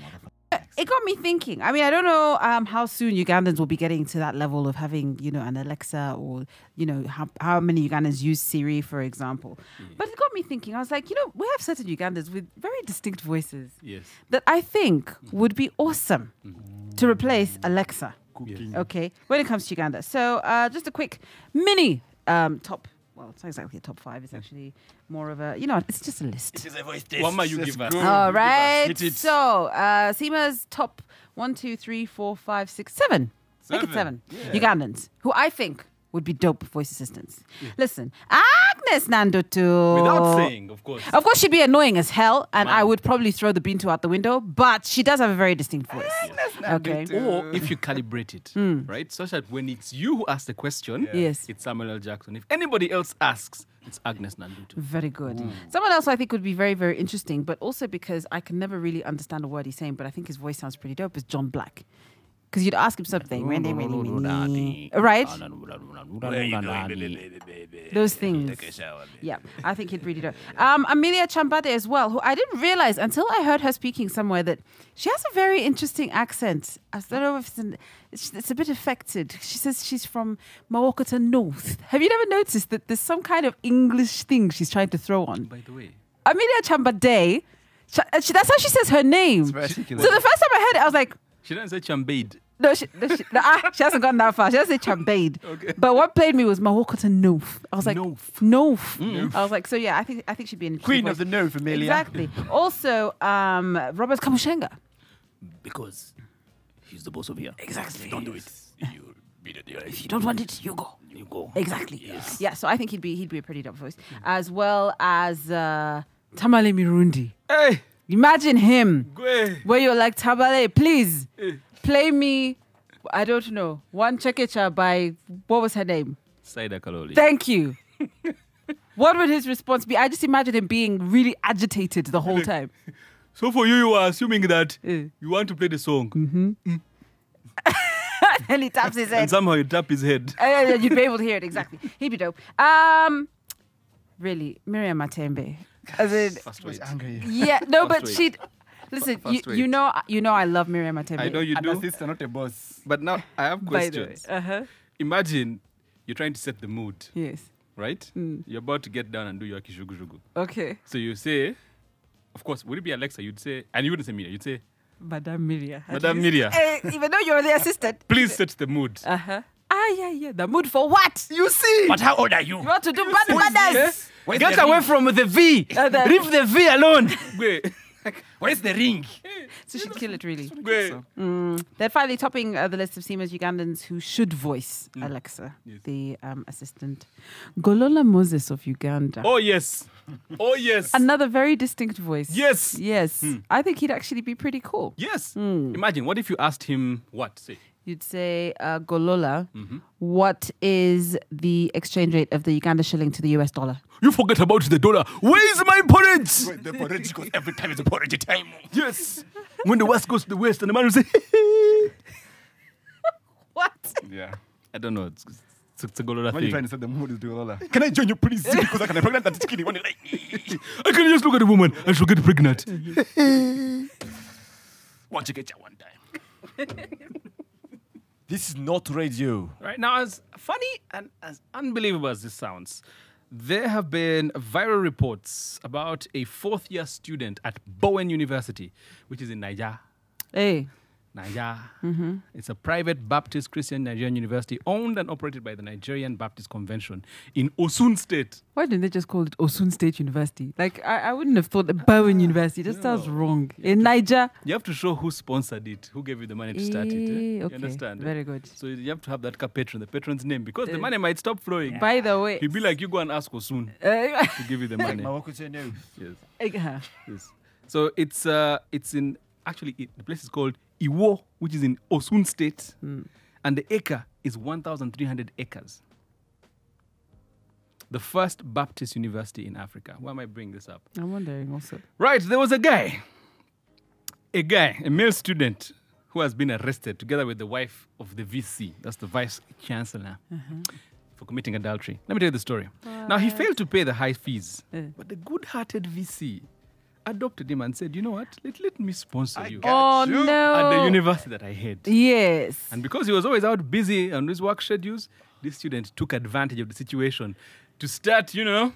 Speaker 2: It got me thinking. I mean, I don't know um, how soon Ugandans will be getting to that level of having, you know, an Alexa or, you know, how, how many Ugandans use Siri, for example. But it got me thinking. I was like, you know, we have certain Ugandans with very distinct voices
Speaker 1: Yes.
Speaker 2: that I think would be awesome to replace Alexa.
Speaker 3: Cooking.
Speaker 2: Okay, when it comes to Uganda. So, uh, just a quick mini um, top. Well, it's not exactly a top five. It's actually more of a, you know, it's just a list.
Speaker 1: Wama, you give us.
Speaker 2: All right.
Speaker 1: Hit it.
Speaker 2: So, uh, Seema's top one, two, three, four, five, six, seven. Make it seven.
Speaker 3: Seven.
Speaker 2: Ugandans, who I think would be dope voice assistants. Listen, Agnes Nandotu.
Speaker 1: Without saying, of course.
Speaker 2: Of course, she'd be annoying as hell, and I would probably throw the Bintu out the window, but she does have a very distinct voice. Okay.
Speaker 1: Or if you calibrate it, right? Such that when it's you who asks the question,
Speaker 2: Hmm. Yes.
Speaker 1: it's Samuel L. Jackson. If anybody else asks, it's Agnes Nandutu.
Speaker 2: Very good. Someone else who I think would be very, very interesting, but also because I can never really understand a word he's saying, but I think his voice sounds pretty dope, is John Black. Because you'd ask him something. "Really, really, really," Right? Those things. Yeah, I think he'd really do it. Um, Amelia Chambade as well, who I didn't realize until I heard her speaking somewhere that she has a very interesting accent. I don't know if it's, an, it's, it's a bit affected. She says she's from Mawakata North. Have you never noticed that there's some kind of English thing she's trying to throw on?
Speaker 1: By the way,
Speaker 2: Amelia Chambade, sh- uh, she, that's how she says her name. So the
Speaker 3: very
Speaker 2: first time
Speaker 3: articulate.
Speaker 2: I heard it, I was like,
Speaker 1: she doesn't say Chambade.
Speaker 2: no, she, no, she, no, ah, she hasn't gone that far. She doesn't say Chambade. But what played me was Mawakota Noof. I was like, Noof.
Speaker 1: Noof.
Speaker 2: I was like, so yeah, I think I think she'd be an interesting
Speaker 3: Mm. Queen of
Speaker 2: voice.
Speaker 3: the North, Amelia.
Speaker 2: Exactly. Also, um, Robert Kamushenga.
Speaker 1: Because he's the boss over here.
Speaker 2: Exactly.
Speaker 1: Don't do it. You'll be the deal.
Speaker 2: If you don't want it, you go.
Speaker 1: You go.
Speaker 2: Exactly. Yeah, so I think he'd be he'd be a pretty dope voice. As well as uh, Tamale Mirundi.
Speaker 1: Hey!
Speaker 2: Imagine him.
Speaker 1: Gwe!
Speaker 2: where you're like Tabale, please
Speaker 1: Eh.
Speaker 2: play me. I don't know. One Chekecha by what was her name?
Speaker 1: Saida Kaloli.
Speaker 2: Thank you. what would his response be? I just imagine him being really agitated the whole time.
Speaker 1: So for you, you are assuming that
Speaker 2: Eh.
Speaker 1: you want to play the song,
Speaker 2: Mm-hmm. Eh. and he taps his
Speaker 1: and
Speaker 2: head.
Speaker 1: somehow you tap his head.
Speaker 2: Uh, you'd be able to hear it exactly. He'd be dope. Um, really, Miriam Matembe. As in,
Speaker 1: First
Speaker 3: Always
Speaker 1: wait.
Speaker 3: angry.
Speaker 2: yeah, no, but
Speaker 1: First
Speaker 2: she'd. Listen, you,
Speaker 1: First wait.
Speaker 2: you know, you know, I love Miriam Matembe.
Speaker 1: I know you
Speaker 3: An
Speaker 1: do,
Speaker 3: assistant, not a boss.
Speaker 1: but now I have
Speaker 2: By the way,
Speaker 1: questions.
Speaker 2: uh-huh.
Speaker 1: Imagine you're trying to set the mood,
Speaker 2: Yes.
Speaker 1: right?
Speaker 2: Hmm.
Speaker 1: You're about to get down and do your kishugu
Speaker 2: Okay,
Speaker 1: So you say, of course, would it be Alexa? You'd say, and you wouldn't say Miria, you'd say,
Speaker 2: Madame Miria. at
Speaker 1: Madame
Speaker 2: least.
Speaker 1: Miria.
Speaker 2: Eh, even though you're the assistant,
Speaker 1: please set the mood.
Speaker 2: Uh huh. Ah, yeah, yeah. The mood for what? You
Speaker 1: But how old are you?
Speaker 2: want to do bad manners?
Speaker 1: Get away from the V.
Speaker 2: Uh, the- Leave
Speaker 1: the V alone. Wait,
Speaker 3: Where's the ring?
Speaker 2: So she'd kill it, really.
Speaker 1: wait.
Speaker 2: Mm, They're finally topping uh, the list of Seema's Ugandans who should voice
Speaker 1: Mm.
Speaker 2: Alexa, the um, assistant. Golola Moses of Uganda.
Speaker 1: Oh, yes. Oh, yes.
Speaker 2: Another very distinct voice.
Speaker 1: Yes. Hmm.
Speaker 2: Yes. I think he'd actually be pretty cool.
Speaker 1: Yes. Imagine, what if you asked him what? Say,
Speaker 2: You'd say, uh, Golola,
Speaker 1: Mm-hmm.
Speaker 2: what is the exchange rate of the Uganda shilling to the US dollar?
Speaker 1: you forget about the dollar. Where is my porridge?
Speaker 7: The porridge goes every time it's a porridge time.
Speaker 1: Yes. when the west goes to the west, and the man will say,
Speaker 2: What?
Speaker 3: Yeah.
Speaker 1: I don't know. It's, it's, it's a Golola
Speaker 3: When you
Speaker 1: thing.
Speaker 3: trying to set the mood, is Duolola.
Speaker 7: Can I join you, please? Because I can pregnant that skinny one. Like,
Speaker 1: I can just look at a woman and she'll get pregnant.
Speaker 7: want to get you one time. this is not radio.
Speaker 1: Right now, as funny and as unbelievable as this sounds, There have been viral reports about a fourth year student at Bowen University, which is in Niger.
Speaker 2: Hey.
Speaker 1: Niger.
Speaker 2: Mm-hmm.
Speaker 1: It's a private Baptist Christian Nigerian university owned and operated by the Nigerian Baptist Convention in Osun State.
Speaker 2: Why didn't they just call it Osun State University? Like, I, I wouldn't have thought that Bowen
Speaker 1: Ah,
Speaker 2: University. That sounds wrong. In Niger.
Speaker 1: You have to show who sponsored it, who gave you the money to start it. eh?
Speaker 2: Eh,
Speaker 1: You
Speaker 2: okay.
Speaker 1: understand? eh?
Speaker 2: Very good.
Speaker 1: So you have to have that ca- patron, the patron's name, because the money might stop flowing.
Speaker 2: By the way.
Speaker 1: He'll be like, you go and ask Osun
Speaker 2: Uh,
Speaker 1: to give you the money.
Speaker 3: Mawakuteneu.
Speaker 1: yes.
Speaker 2: eh,
Speaker 1: Yes. So it's uh it's in actually it, the place is called Iwo, which is in Osun State, and the acre is 1,300 acres. The first Baptist university in Africa. Why am I bringing this up?
Speaker 2: I'm wondering also.
Speaker 1: Right, there was a guy, a guy, a male student who has been arrested together with the wife of the VC, that's the vice chancellor, for committing adultery. Let me tell you the story. Now, he failed to pay the high fees, but the good hearted VC adopted him and said, You know what? Let, let me sponsor you
Speaker 3: got
Speaker 2: Oh,
Speaker 3: you.
Speaker 2: no.
Speaker 1: at the university that I hate.
Speaker 2: Yes.
Speaker 1: And because he was always out busy on his work schedules, this student took advantage of the situation to start, you know,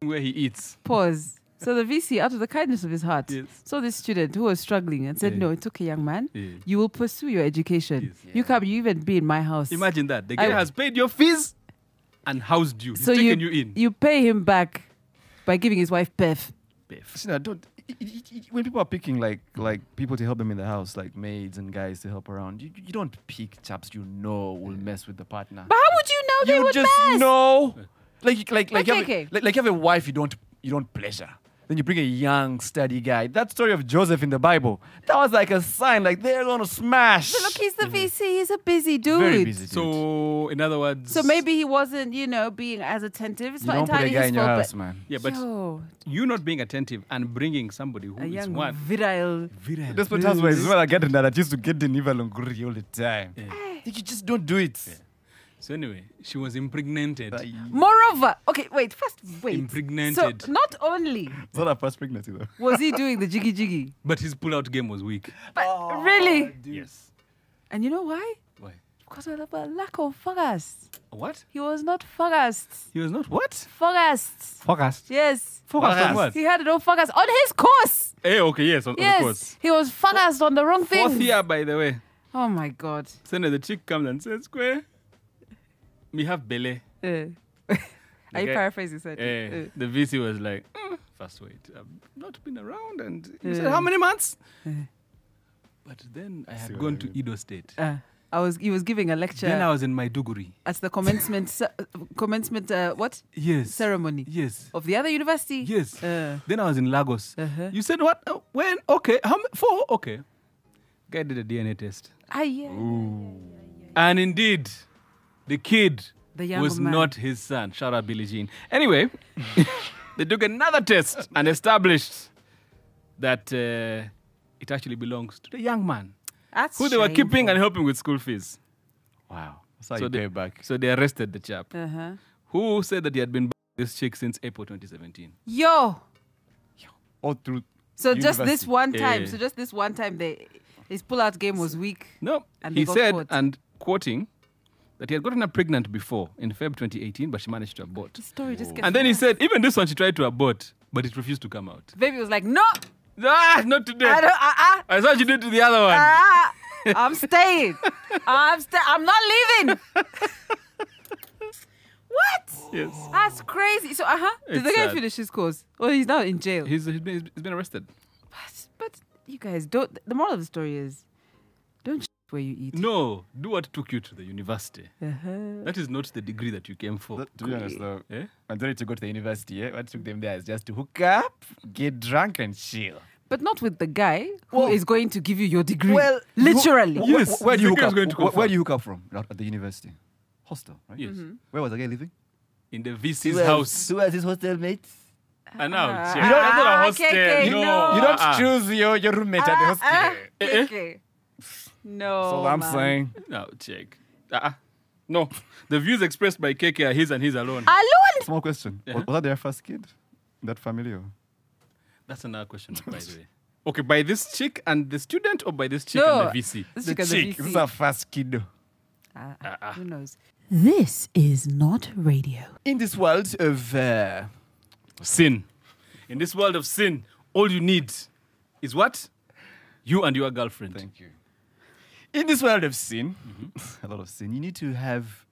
Speaker 1: where he eats.
Speaker 2: Pause. So the VC, out of the kindness of his heart,
Speaker 1: Yes.
Speaker 2: saw this student who was struggling and said,
Speaker 1: Yeah.
Speaker 2: "No, it's okay, young man.
Speaker 1: Yeah.
Speaker 2: You will pursue your education.
Speaker 1: Yes.
Speaker 2: You come. You even be in my house.
Speaker 1: Imagine that. The
Speaker 2: I-
Speaker 1: guy has paid your fees and housed you. He's
Speaker 2: so you
Speaker 1: taken you, in.
Speaker 2: you pay him back by giving his wife Beth.
Speaker 1: Biff.
Speaker 3: Listen, I don't. i- i- i- i- When people are picking like like people to help them in the house, like maids and guys to help around, you, you don't pick chaps you know will mess with the partner.
Speaker 2: But how would you know they
Speaker 3: you
Speaker 2: would
Speaker 3: just
Speaker 2: mess?
Speaker 3: know, like like like,
Speaker 2: Okay,
Speaker 3: you have a-
Speaker 2: okay.
Speaker 3: like like you have a wife you don't you don't pleasure. Then you bring a young, steady guy. That story of Joseph in the Bible, that was like a sign, like they're gonna smash.
Speaker 2: Look, he's the
Speaker 1: Mm-hmm.
Speaker 2: VC. He's a busy dude.
Speaker 3: Very busy. Dude.
Speaker 1: So, in other words,
Speaker 2: So maybe he wasn't, you know, being as attentive. It's
Speaker 3: you
Speaker 2: not
Speaker 3: don't put a
Speaker 2: entirely
Speaker 3: guy
Speaker 2: his
Speaker 3: in your
Speaker 2: fault,
Speaker 3: house,
Speaker 2: but
Speaker 3: man.
Speaker 1: yeah, but
Speaker 2: Yo,
Speaker 1: you not being attentive and bringing somebody who
Speaker 2: a
Speaker 1: is
Speaker 2: young
Speaker 1: one
Speaker 2: virile.
Speaker 1: virile.
Speaker 3: Desperate housewives is when I get in that. I used to get in Eva Longuri all the time. Like, you just don't do it.
Speaker 1: So anyway, she was impregnated.
Speaker 3: Like, it's
Speaker 2: Moreover, okay, wait. First, wait.
Speaker 1: Impregnated.
Speaker 2: So not only
Speaker 3: not her first pregnancy though.
Speaker 2: was he doing the jiggy jiggy,
Speaker 1: But his pull-out game was weak.
Speaker 2: but
Speaker 1: Oh.
Speaker 2: really.
Speaker 1: Yes.
Speaker 2: And you know why?
Speaker 1: Why?
Speaker 2: Because of a lack of focus.
Speaker 1: What?
Speaker 2: He was not focused.
Speaker 1: He was not what?
Speaker 2: Focused.
Speaker 1: Focused.
Speaker 2: Yes.
Speaker 1: Focused on what?
Speaker 2: He had no focus on his course.
Speaker 1: Eh, okay, yes, on,
Speaker 2: Yes.
Speaker 1: of course.
Speaker 2: He was focused on the wrong
Speaker 1: Fourth
Speaker 2: thing.
Speaker 1: year, by the way.
Speaker 2: Oh my God.
Speaker 1: Soon as the chick comes and says, Kwe, me have belly.
Speaker 2: Uh, Are you
Speaker 1: guy-
Speaker 2: paraphrasing something?
Speaker 1: Eh, the VC was like, "Mm, first wait, I've not been around. And you said,
Speaker 2: Yeah. Eh.
Speaker 1: how many months? But then I had gone to Edo State.
Speaker 2: Uh, uh, I was. He was giving a lecture
Speaker 1: Then I was in Maiduguri.
Speaker 2: at the commencement. ce- commencement. Uh, what
Speaker 1: Yes.
Speaker 2: ceremony
Speaker 1: Yes.
Speaker 2: of the other university?
Speaker 1: Yes.
Speaker 2: Uh,
Speaker 1: Then I was in Lagos.
Speaker 2: Uh-huh.
Speaker 1: You said what? Uh, when? Okay. How many? Four? Okay. Guy did a DNA test.
Speaker 2: ah, yeah.
Speaker 1: And indeed, the kid
Speaker 2: The young
Speaker 1: was
Speaker 2: man.
Speaker 1: not his son. Shout out Billie Jean. Anyway, they took another test and established that uh, it actually belongs to the young man
Speaker 2: That's
Speaker 1: who they were
Speaker 2: shameful.
Speaker 1: keeping and helping with school fees.
Speaker 3: Wow. That's how
Speaker 1: So
Speaker 3: you
Speaker 1: the-
Speaker 3: pay back.
Speaker 1: So they arrested the chap
Speaker 2: Uh-huh.
Speaker 1: who said that he had been b- this chick since April 2017.
Speaker 2: Yo.
Speaker 3: All through.
Speaker 2: So just this
Speaker 3: university.
Speaker 2: one time.
Speaker 1: Eh.
Speaker 2: So just this one time, they, his pull-out game was weak.
Speaker 1: No,
Speaker 2: And they
Speaker 1: he
Speaker 2: got
Speaker 1: said,
Speaker 2: caught.
Speaker 1: and quoting, that he had gotten her pregnant before in Feb 2018, but she managed to abort.
Speaker 2: The story just gets.
Speaker 1: And then he said, even this one she tried to abort, but it refused to come out.
Speaker 2: Baby was like, no,
Speaker 1: Ah, not today.
Speaker 2: I don't. Uh,
Speaker 1: I saw you did to the other one.
Speaker 2: uh, uh, I'm staying. I'm stay. I'm not leaving. what?
Speaker 1: yes.
Speaker 2: That's crazy. So, uh huh. Did the
Speaker 1: It's
Speaker 2: guy
Speaker 1: sad.
Speaker 2: finish his course? Well, he's now in jail.
Speaker 1: He's, he's, been, he's been arrested.
Speaker 2: But, but you guys don't. The moral of the story is, don't shit where you eat.
Speaker 1: No, do what took you to the university.
Speaker 2: Uh-huh.
Speaker 1: That is not the degree that you came for.
Speaker 3: But to be honest though,
Speaker 1: Eh?
Speaker 3: I wanted to go to the university. Yeah? What took them there is just to hook up, get drunk, and chill.
Speaker 2: But not with the guy who is
Speaker 3: Well-
Speaker 2: going to give you your degree. literally.
Speaker 3: Wh- wh-
Speaker 1: Yes,
Speaker 3: Where
Speaker 1: the
Speaker 3: do you hook
Speaker 1: girl's
Speaker 3: up?
Speaker 1: going to
Speaker 3: Wh-
Speaker 1: come
Speaker 3: where do you hook up from? Not at the university. Hostel, right?
Speaker 1: Yes.
Speaker 3: Where was the guy living?
Speaker 1: In the VC's house.
Speaker 3: was his hostel mate?
Speaker 1: And now,
Speaker 2: Ah,
Speaker 1: check.
Speaker 2: You don't- ah, KK,
Speaker 1: No.
Speaker 2: no.
Speaker 3: You don't
Speaker 1: Uh-uh.
Speaker 3: choose your, your roommate at the hostel.
Speaker 2: Ah, ah, okay. No.
Speaker 3: Eh, That's all I'm
Speaker 2: man.
Speaker 3: saying.
Speaker 1: No, check. Uh-uh. No. The views expressed by KK are his and his alone.
Speaker 2: Ah. Alone.
Speaker 3: Small question. Was, was that their first kid? That family? Or?
Speaker 1: That's another question, by the way. Okay, by this chick and the student or by this chick
Speaker 2: No,
Speaker 1: and the VC?
Speaker 2: this chick and the
Speaker 3: Chick,
Speaker 2: VC.
Speaker 3: this is our first kid.
Speaker 2: Uh,
Speaker 3: ah.
Speaker 2: Who knows?
Speaker 8: This is not radio.
Speaker 3: In this world of uh,
Speaker 1: Sin. In this world of sin, all you need is what? You and your girlfriend.
Speaker 3: Thank you. Mm-hmm. In this world of sin, a lot of sin, you need to have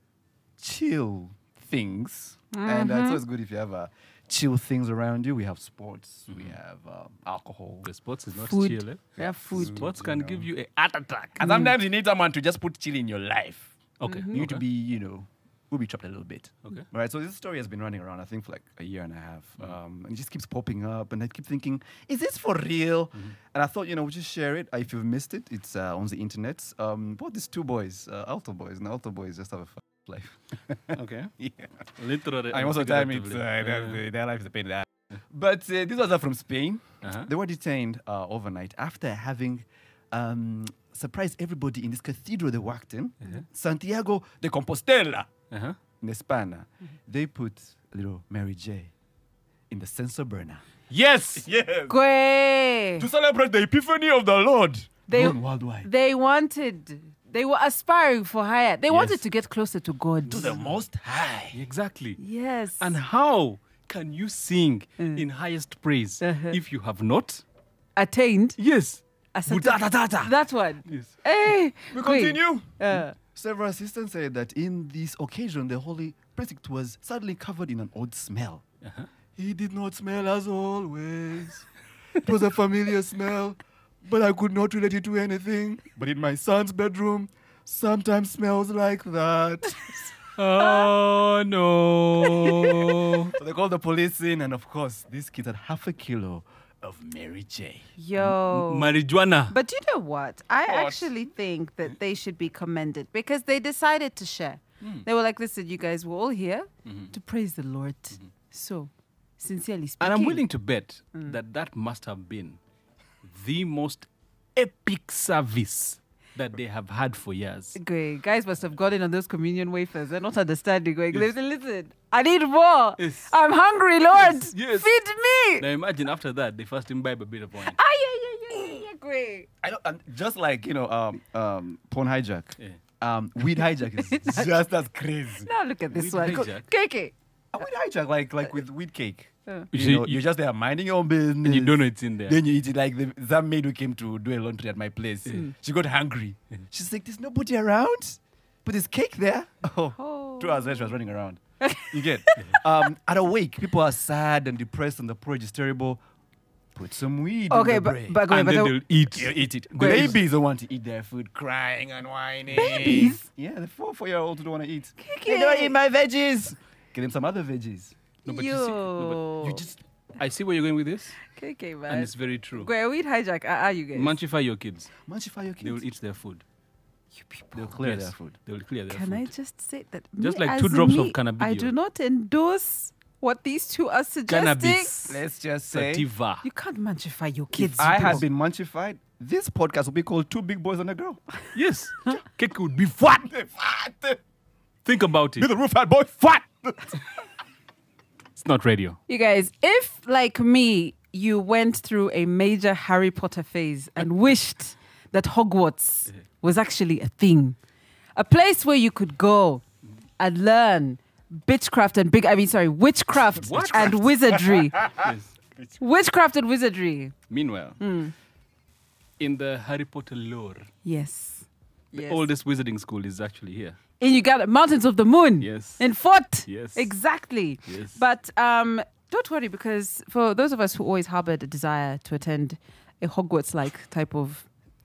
Speaker 3: chill things. And uh, it's always good if you have uh, chill things around you. We have sports, we have um, alcohol.
Speaker 1: The sports is not
Speaker 2: Food.
Speaker 1: chill, eh?
Speaker 3: We have food.
Speaker 1: Sports can give you a heart attack.
Speaker 3: And sometimes you need someone to just put chill in your life.
Speaker 1: Okay.
Speaker 3: You need
Speaker 1: okay.
Speaker 3: to be, you know, will be chopped a little bit.
Speaker 1: Okay.
Speaker 3: Right. So this story has been running around, I think, for like a year and a half.
Speaker 1: Mm-hmm.
Speaker 3: Um, and it just keeps popping up. And I keep thinking, is this for real?
Speaker 1: Mm-hmm.
Speaker 3: And I thought, you know, we'll just share it. Uh, If you've missed it, it's uh, on the internet. Um, but these two boys, uh, alto boys, and alto boys just have a f- life.
Speaker 1: Okay.
Speaker 3: yeah.
Speaker 1: Literally.
Speaker 3: And most of the time, it's, uh,
Speaker 1: figuratively.
Speaker 3: their, their life is a pain in the ass. But uh, these ones are from Spain.
Speaker 1: Uh-huh.
Speaker 3: They were detained uh, overnight after having um, surprised everybody in this cathedral they worked in, Santiago de Compostela
Speaker 1: Uh-huh.
Speaker 3: in España, they put little Mary J in the sensor burner.
Speaker 1: Yes.
Speaker 3: Yes.
Speaker 2: Great.
Speaker 3: To celebrate the epiphany of the Lord.
Speaker 2: They-
Speaker 3: Known worldwide.
Speaker 2: They wanted. They were aspiring for higher. They wanted to get closer to God.
Speaker 3: To the most high.
Speaker 1: Exactly.
Speaker 2: yes.
Speaker 1: And how can you sing
Speaker 3: Mm.
Speaker 1: in highest praise
Speaker 3: Uh-huh.
Speaker 1: if you have not?
Speaker 2: attained.
Speaker 1: Yes.
Speaker 2: A certain-
Speaker 1: Butatata.
Speaker 2: that one.
Speaker 1: Yes.
Speaker 2: Hey.
Speaker 3: We
Speaker 2: great.
Speaker 3: continue.
Speaker 2: Uh,
Speaker 3: Several assistants said that in this occasion, the holy precinct was suddenly covered in an odd smell. He did not smell as always. it was a familiar smell, but I could not relate it to anything. But in my son's bedroom, sometimes smells like that.
Speaker 1: Oh no.
Speaker 3: So they called the police in, and of course, these kids had half a kilo of Mary J.
Speaker 2: yo.
Speaker 1: Marijuana.
Speaker 2: But you know what? I actually think that they should be commended because they decided to share. They were like, listen, you guys were all here to praise the Lord. So, sincerely speaking.
Speaker 1: And I'm willing to bet
Speaker 3: Mm.
Speaker 1: that that must have been the most epic service that they have had for years.
Speaker 2: Great. Guys must have gotten on those communion wafers. They're not understanding. Going, listen, listen, I need more.
Speaker 1: Yes.
Speaker 2: I'm hungry, Lord.
Speaker 1: yes.
Speaker 2: Feed me.
Speaker 1: Now imagine after that they first imbibe a bit of wine.
Speaker 2: Ah, yeah, yeah, yeah, yeah, yeah, great.
Speaker 3: I don't, and just like you know, um, um, porn hijack,
Speaker 1: Yeah.
Speaker 3: um, weed hijack is just as crazy.
Speaker 2: Now look at this
Speaker 1: We'd
Speaker 2: one.
Speaker 1: hijack.
Speaker 2: Keke.
Speaker 3: A weed hijack, like like with weed cake. You
Speaker 1: See,
Speaker 3: know,
Speaker 1: you-
Speaker 3: you're just there minding your own business.
Speaker 1: And you don't know it's in there.
Speaker 3: Then you eat it like the, that maid who came to do a laundry at my place. She got hungry. She's like, "There's nobody around, but there's cake there." Oh, two hours later, she was running around. You get um, at a wake, people are sad and depressed, and the porridge is terrible. Put some weed. in
Speaker 2: Okay,
Speaker 3: the
Speaker 2: but
Speaker 3: bread.
Speaker 2: but,
Speaker 1: and
Speaker 2: but
Speaker 1: then
Speaker 2: the-
Speaker 1: they'll eat.
Speaker 3: You eat it. The
Speaker 2: Great.
Speaker 3: babies don't want to eat their food, crying and whining.
Speaker 2: Babies?
Speaker 3: Yeah, the four four year olds don't want to eat.
Speaker 2: Kiki.
Speaker 3: They don't eat my veggies. Get them some other veggies.
Speaker 1: No, but you see- no,
Speaker 2: yo.
Speaker 1: but you just I see where you're going with this,
Speaker 2: Keke,
Speaker 1: and
Speaker 2: man.
Speaker 1: it's very true.
Speaker 2: Great. We'd hijack. Ah, ah, you guys.
Speaker 1: Munchify your kids.
Speaker 3: Munchify your kids.
Speaker 1: They will eat their food.
Speaker 2: you people.
Speaker 3: They'll clear
Speaker 1: Yes,
Speaker 3: their food.
Speaker 1: They will clear their
Speaker 2: Can
Speaker 1: food.
Speaker 2: I just say that?
Speaker 1: Just
Speaker 2: me
Speaker 1: like two
Speaker 2: as
Speaker 1: drops of
Speaker 2: me, I
Speaker 1: cannabidiol.
Speaker 2: do not endorse what these two are suggesting.
Speaker 1: Cannabis.
Speaker 3: Let's just say
Speaker 1: Sativa.
Speaker 2: You can't munchify your kids.
Speaker 3: I
Speaker 2: you
Speaker 3: had
Speaker 2: people.
Speaker 3: been munchified. This podcast will be called Two Big Boys and a Girl.
Speaker 1: Yes. Cake would be fat. Think about it.
Speaker 3: the roof hat boy, fat.
Speaker 1: It's not radio.
Speaker 2: You guys, if like me, you went through a major Harry Potter phase and wished that Hogwarts was actually a thing, a place where you could go and learn bitchcraft and big, I mean, sorry, witchcraft, and wizardry. Witchcraft and wizardry.
Speaker 1: Meanwhile,
Speaker 2: Hmm.
Speaker 1: in the Harry Potter lore,
Speaker 2: Yes.
Speaker 1: the
Speaker 2: Yes.
Speaker 1: oldest wizarding school is actually here.
Speaker 2: in Uganda, Mountains of the Moon.
Speaker 1: Yes.
Speaker 2: In Fort.
Speaker 1: Yes.
Speaker 2: Exactly.
Speaker 1: Yes.
Speaker 2: But um, don't worry, because for those of us who always harbored a desire to attend a Hogwarts like type of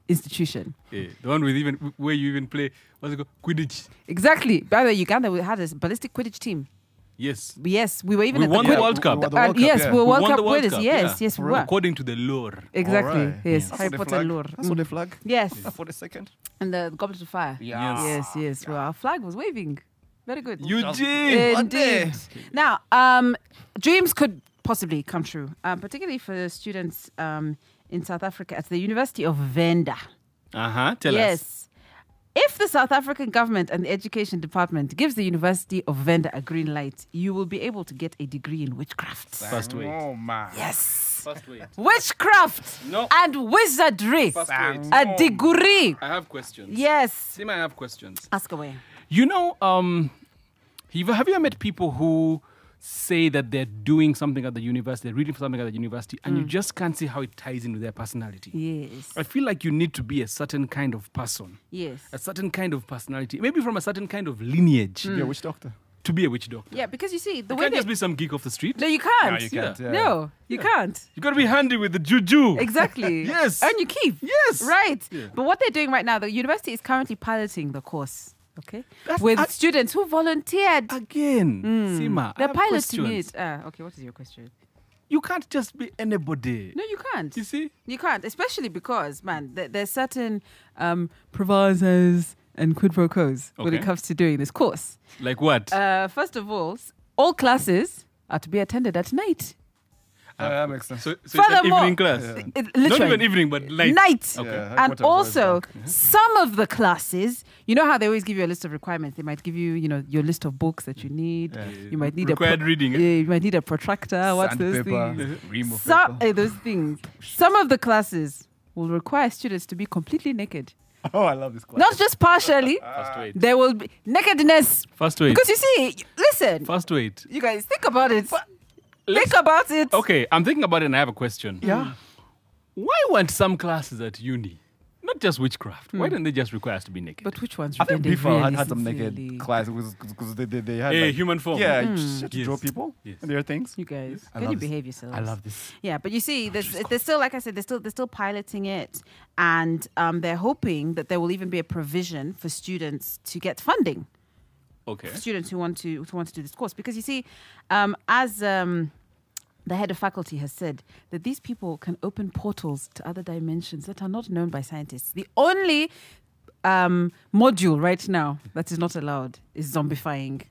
Speaker 2: institution.
Speaker 1: Eh, the one with even where you even play what's it called? Quidditch.
Speaker 2: Exactly. By the way, Uganda, we had a ballistic Quidditch team.
Speaker 1: Yes.
Speaker 2: Yes, we were even
Speaker 1: We
Speaker 2: at
Speaker 1: won
Speaker 2: the,
Speaker 1: the World Cup.
Speaker 2: And yes, we were
Speaker 1: We
Speaker 2: World
Speaker 1: won
Speaker 2: Cup
Speaker 1: the World
Speaker 2: winners.
Speaker 1: Cup,
Speaker 2: Yes,
Speaker 1: yeah.
Speaker 2: yes, we were.
Speaker 1: According to the lore.
Speaker 2: Exactly. Yes, Harry
Speaker 3: the
Speaker 2: Potter
Speaker 3: flag.
Speaker 2: lore.
Speaker 3: That's on the flag.
Speaker 2: Yes,
Speaker 3: That's for the second.
Speaker 2: and the Goblet of Fire. Yes, yes. Well, our flag was waving. Very good.
Speaker 1: Eugene!
Speaker 2: Indeed. Now, um, dreams could possibly come true, um, particularly for students um, in South Africa at the University of Venda.
Speaker 1: Uh huh. Tell us.
Speaker 2: Yes. If the South African government and the education department gives the University of Venda a green light, you will be able to get a degree in witchcraft.
Speaker 1: First way.
Speaker 3: Oh, man.
Speaker 2: Yes.
Speaker 1: First wait.
Speaker 2: witchcraft,
Speaker 1: No.
Speaker 2: and wizardry.
Speaker 1: First wait.
Speaker 2: A degree.
Speaker 1: I have questions.
Speaker 2: Yes.
Speaker 1: Sima, I have questions.
Speaker 2: Ask away.
Speaker 1: You know, um, have have you ever met people who say that they're doing something at the university, they're reading for something at the university, and you just can't see how it ties in with their personality?
Speaker 2: Mm. Yes.
Speaker 1: I feel like you need to be a certain kind of person,
Speaker 2: Yes.
Speaker 1: a certain kind of personality, maybe from a certain kind of lineage
Speaker 2: Mm.
Speaker 7: Yeah, which doctor?
Speaker 1: to be a witch doctor.
Speaker 2: Yeah, because you see, the
Speaker 1: You
Speaker 2: way
Speaker 1: can't
Speaker 2: they...
Speaker 1: just be some geek off the street.
Speaker 2: No, you can't.
Speaker 1: you can't,
Speaker 7: yeah.
Speaker 2: No, you can't.
Speaker 1: You gotta be handy with the juju.
Speaker 2: Exactly.
Speaker 1: Yes.
Speaker 2: Earn your keep.
Speaker 1: Yes.
Speaker 2: Right. But what they're doing right now, the university is currently piloting the course. Okay. With
Speaker 1: I-
Speaker 2: students who volunteered.
Speaker 1: Again,
Speaker 2: Mm.
Speaker 1: Sima. I
Speaker 2: They're
Speaker 1: have
Speaker 2: piloting
Speaker 1: questions.
Speaker 2: it. Ah, okay, what is your question?
Speaker 1: You can't just be anybody.
Speaker 2: No, you can't.
Speaker 1: You see?
Speaker 2: You can't, especially because, man, th- there's certain um, provisos and quid pro quos when it
Speaker 1: Okay.
Speaker 2: comes to doing this course.
Speaker 1: Like what?
Speaker 2: Uh, first of all, s- all classes are to be attended at night.
Speaker 7: Uh, that makes sense.
Speaker 1: so so it's an
Speaker 2: Furthermore-
Speaker 1: evening class.
Speaker 2: It-
Speaker 1: Not
Speaker 2: literally.
Speaker 1: even evening, but like
Speaker 2: night.
Speaker 1: Okay.
Speaker 7: Yeah,
Speaker 2: and
Speaker 7: whatever is
Speaker 2: also, some of the classes, you know how they always give you a list of requirements. They might give you, you know, your list of books that you need. You might need a
Speaker 1: Required
Speaker 2: pro-
Speaker 1: reading, eh?
Speaker 2: Yeah, you might need a protractor. Uh, What's those things?
Speaker 7: Remove
Speaker 2: Some eh, those things. Some of the classes will require students to be completely naked,
Speaker 7: Oh, I love this class.
Speaker 2: eh, not just partially.
Speaker 1: First wait.
Speaker 2: there will be nakedness
Speaker 1: Ah. First wait.
Speaker 2: because you see, listen,
Speaker 1: First wait.
Speaker 2: you guys think about it.
Speaker 1: Let's-
Speaker 2: Think about it.
Speaker 1: Okay, I'm thinking about it and I have a question.
Speaker 7: Yeah.
Speaker 1: Why weren't some classes at uni? Not just witchcraft. Why
Speaker 7: Hmm.
Speaker 1: didn't they just require us to be naked?
Speaker 2: But which ones?
Speaker 7: I think
Speaker 2: did they
Speaker 7: before had,
Speaker 2: really
Speaker 7: had some naked
Speaker 2: sincerely-
Speaker 7: class because they, they, they had
Speaker 1: Hey,
Speaker 7: like,
Speaker 1: human form.
Speaker 7: Yeah, you just had to
Speaker 1: Hmm. Yes.
Speaker 7: draw people
Speaker 1: Yes.
Speaker 7: and their things.
Speaker 2: You guys,
Speaker 7: I
Speaker 2: can you
Speaker 7: love this.
Speaker 2: behave yourselves?
Speaker 7: I love this.
Speaker 2: Yeah, but you see, there's, they're still, like I said, they're still they're still piloting it, and um, they're hoping that there will even be a provision for students to get funding.
Speaker 1: Okay.
Speaker 2: for Students who want to who want to do this course, because you see, um, as um, the head of faculty has said, that these people can open portals to other dimensions that are not known by scientists. The only um, module right now that is not allowed is zombifying,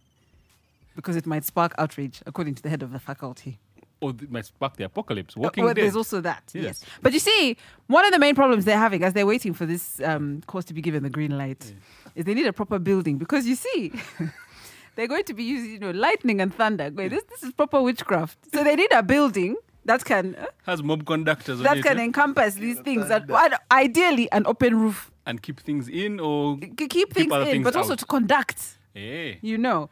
Speaker 2: because it might spark outrage, according to the head of the faculty.
Speaker 1: Or it Oh, might spark the apocalypse.
Speaker 7: Oh,
Speaker 1: Walking
Speaker 2: Well,
Speaker 1: dead.
Speaker 2: there's also that. Yes.
Speaker 1: Yes.
Speaker 2: But you see, one of the main problems they're having as they're waiting for this um, course to be given the green light is they need a proper building because you see. They're going to be using, you know, lightning and thunder. Going, this, this is proper witchcraft. So they need a building that can uh,
Speaker 1: Has mob conductors on
Speaker 2: that
Speaker 1: it,
Speaker 2: can
Speaker 1: eh?
Speaker 2: encompass these things, and, and ideally an open roof,
Speaker 1: and keep things in or
Speaker 2: K- keep things
Speaker 1: other
Speaker 2: in,
Speaker 1: things
Speaker 2: but also
Speaker 1: out.
Speaker 2: to conduct.
Speaker 1: Hey.
Speaker 2: You know.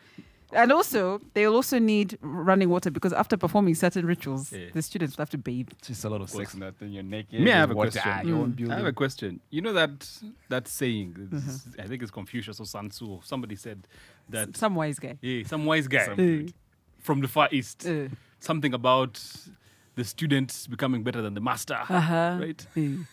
Speaker 2: And also, they'll also need running water because after performing certain rituals,
Speaker 1: Yeah.
Speaker 2: the students will have to bathe.
Speaker 7: Just a lot of sex in that thing. You're naked.
Speaker 1: May
Speaker 7: there's
Speaker 1: I have a
Speaker 7: water,
Speaker 1: question? Mm.
Speaker 7: your
Speaker 2: Hmm.
Speaker 7: own
Speaker 1: I have
Speaker 7: building.
Speaker 1: a question. You know that that saying,
Speaker 2: Mm-hmm.
Speaker 1: this is- I think it's Confucius or Sun Tzu, or somebody said that
Speaker 2: Some wise guy.
Speaker 1: yeah, some wise guy
Speaker 2: dude.
Speaker 1: from the Far East,
Speaker 2: Uh.
Speaker 1: something about the student becoming better than the master,
Speaker 2: Uh-huh.
Speaker 1: right?
Speaker 2: Mm.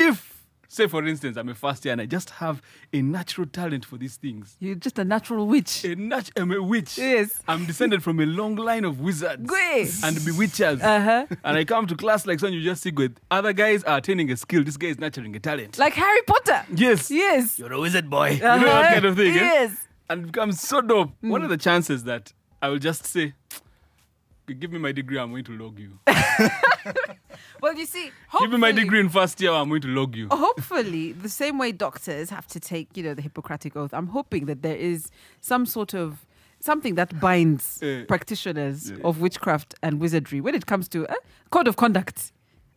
Speaker 1: If, say, for instance, I'm a first year and I just have a natural talent for these things,
Speaker 2: You're just a natural witch.
Speaker 1: a nat- I'm a witch.
Speaker 2: Yes.
Speaker 1: I'm descended from a long line of wizards
Speaker 2: Great.
Speaker 1: and bewitchers.
Speaker 2: Uh-huh.
Speaker 1: And I come to class like some you just see with other guys are attaining a skill. This guy is nurturing a talent.
Speaker 2: Like Harry Potter.
Speaker 1: yes.
Speaker 2: Yes.
Speaker 1: You're a wizard boy.
Speaker 2: Uh-huh.
Speaker 1: You know that kind of thing. eh?
Speaker 2: Yes.
Speaker 1: And become so dope.
Speaker 2: Mm.
Speaker 1: What are the chances that I will just say, "You give me my degree, I'm going to log you.
Speaker 2: Well, you see,
Speaker 1: Give me my
Speaker 2: hopefully- Oh.
Speaker 1: degree in first year, I'm going to log you.
Speaker 2: Hopefully, the same way doctors have to take, you know, the Hippocratic oath. I'm hoping that there is some sort of something that binds
Speaker 1: Uh,
Speaker 2: practitioners of witchcraft and wizardry when it comes to uh, code of conduct.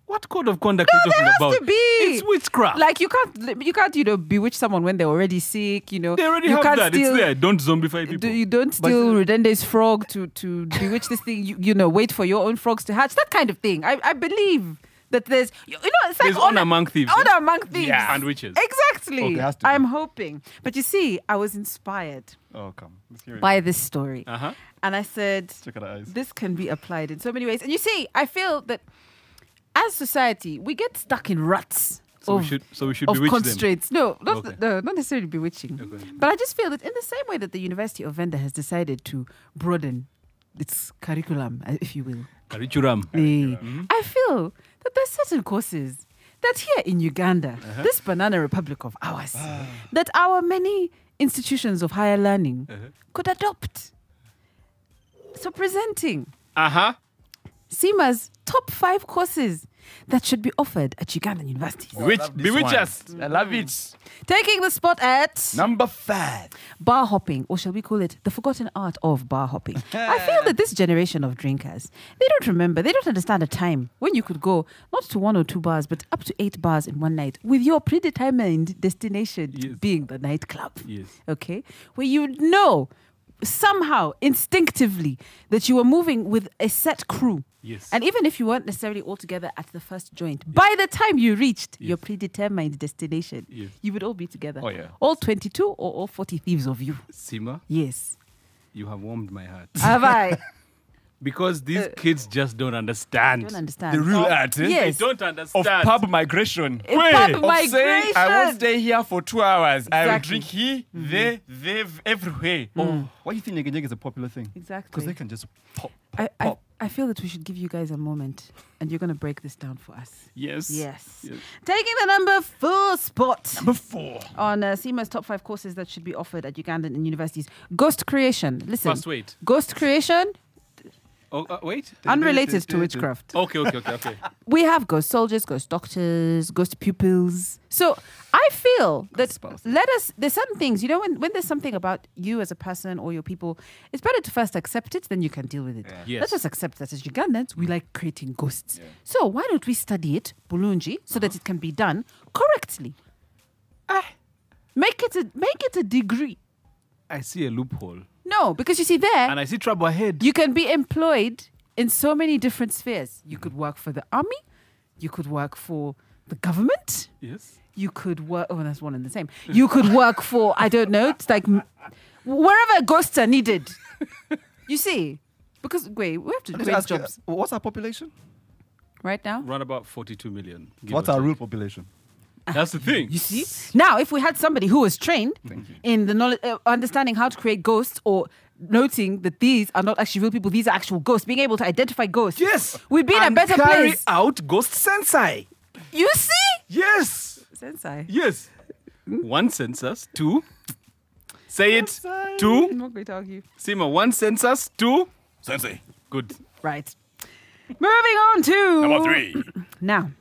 Speaker 1: What code of conduct are you
Speaker 2: there
Speaker 1: talking
Speaker 2: has
Speaker 1: about?
Speaker 2: to be.
Speaker 1: It's witchcraft.
Speaker 2: Like you can't, you can't, you know, bewitch someone when they're already sick. You know,
Speaker 1: they already
Speaker 2: you
Speaker 1: have
Speaker 2: can't
Speaker 1: that.
Speaker 2: steal-
Speaker 1: It's there. Don't zombify people. uh,
Speaker 2: Do, you don't steal Redende's frog to, to bewitch this thing. You, you know, wait for your own frogs to hatch. That kind of thing. I, I believe that there's, you know, it's like
Speaker 1: There's honor among thieves,
Speaker 2: Honor
Speaker 1: eh?
Speaker 2: among thieves.
Speaker 1: Yeah, and witches.
Speaker 2: Exactly.
Speaker 7: there has to be.
Speaker 2: I'm hoping. But you see, I was inspired
Speaker 7: Oh, come. Let's hear it.
Speaker 2: by this story.
Speaker 1: Uh-huh.
Speaker 2: And I said,
Speaker 7: Check out the eyes.
Speaker 2: this can be applied in so many ways. And you see, I feel that as society, we get stuck in ruts.
Speaker 1: So we
Speaker 2: of-
Speaker 1: should, so we should
Speaker 2: of
Speaker 1: bewitch them.
Speaker 2: constraints. No, not,
Speaker 1: Okay.
Speaker 2: no, not necessarily bewitching.
Speaker 1: Okay.
Speaker 2: But I just feel that in the same way that the University of Venda has decided to broaden its curriculum, uh, if you will,
Speaker 1: Curriculum. mm-hmm.
Speaker 2: eh, I feel that there's certain courses that here in Uganda,
Speaker 1: Uh-huh.
Speaker 2: this banana republic of ours,
Speaker 1: Ah.
Speaker 2: that our many institutions of higher
Speaker 1: Uh-huh.
Speaker 2: learning could adopt. So presenting
Speaker 1: Uh huh.
Speaker 2: SEMA's top five courses that should be offered at Ugandan universities.
Speaker 1: Bewitch,
Speaker 3: love this
Speaker 1: bewitch
Speaker 3: one.
Speaker 1: us.
Speaker 3: I love it.
Speaker 2: Taking the spot at
Speaker 3: Number five.
Speaker 2: bar hopping, or shall we call it the forgotten art of bar hopping? I feel that this generation of drinkers, they don't remember, they don't understand a time when you could go not to one or two bars, but up to eight bars in one night with your predetermined destination
Speaker 1: Yes.
Speaker 2: being the nightclub.
Speaker 1: Yes.
Speaker 2: Okay? Where you know somehow instinctively that you were moving with a set crew.
Speaker 1: Yes.
Speaker 2: And even if you weren't necessarily all together at the first joint, by the time you reached your predetermined destination,
Speaker 1: Yes.
Speaker 2: you would all be together.
Speaker 1: Oh, yeah.
Speaker 2: All 22 or all 40 thieves of you.
Speaker 1: Sima,
Speaker 2: Yes.
Speaker 1: you have warmed my heart.
Speaker 2: Have I?
Speaker 1: Because these kids just don't understand.
Speaker 2: uh, don't understand.
Speaker 1: The real
Speaker 2: Of-
Speaker 1: art, eh?
Speaker 2: Oh, yes.
Speaker 1: They don't
Speaker 7: Of
Speaker 1: understand.
Speaker 7: pub migration.
Speaker 2: In pub
Speaker 7: Of saying, I
Speaker 2: migration.
Speaker 7: won't stay here for two hours. I will
Speaker 2: Exactly. Mm-hmm. Mm.
Speaker 7: drink here, there, there, v- everywhere.
Speaker 3: Oh, why do you think Nyege is a popular thing? Because they
Speaker 2: Exactly.
Speaker 3: can just pop.
Speaker 2: I, I,
Speaker 3: pop.
Speaker 2: I feel that we should give you guys a moment and you're going to break this down for us.
Speaker 7: Yes.
Speaker 2: Yes. Taking the number four spot
Speaker 7: Number four.
Speaker 2: on uh, SEMA's top five courses that should be offered at Ugandan and universities Ghost creation. Listen.
Speaker 1: First, wait.
Speaker 2: Ghost creation,
Speaker 1: Oh, uh, wait.
Speaker 2: unrelated to witchcraft.
Speaker 1: Okay, okay, okay, okay.
Speaker 2: we have ghost soldiers, ghost doctors, ghost pupils. So I feel that let us. There's some things you know when when there's something about you as a person or your people, it's better to first accept it than you can deal with it.
Speaker 1: Yes.
Speaker 2: Let us accept that as Ugandans we like creating ghosts. So why don't we study it, Bulungi, so that it can be done correctly? Make it a make it a degree.
Speaker 1: I see a loophole.
Speaker 2: No, because you see there
Speaker 1: And I see trouble ahead.
Speaker 2: you can be employed in so many different spheres. You could work for the army, you could work for the government,
Speaker 1: Yes.
Speaker 2: you could work. Oh, that's one and the same. You could work for I don't know. It's like m- wherever ghosts are needed. You see, because wait, we have to
Speaker 3: Let me
Speaker 2: create
Speaker 3: ask you,
Speaker 2: jobs
Speaker 3: what's our population?
Speaker 2: right now.
Speaker 1: Run about 42 million. give
Speaker 3: What's
Speaker 1: or
Speaker 3: our
Speaker 1: take.
Speaker 3: real population?
Speaker 1: That's the thing.
Speaker 2: You see? Now, if we had somebody who was trained in the knowledge, uh, understanding how to create ghosts or noting that these are not actually real people, these are actual ghosts, being able to identify ghosts,
Speaker 1: Yes.
Speaker 2: we'd be in a
Speaker 1: And
Speaker 2: better
Speaker 1: carry
Speaker 2: place.
Speaker 1: out Ghost Sensei.
Speaker 2: You see?
Speaker 1: Yes.
Speaker 2: Sensei.
Speaker 1: Yes. One census. Two. Say it. Two.
Speaker 2: not going to argue.
Speaker 1: Sima, one census. Two.
Speaker 5: Sensei.
Speaker 1: Good.
Speaker 2: Right. Moving on to
Speaker 5: Number three.
Speaker 2: Now,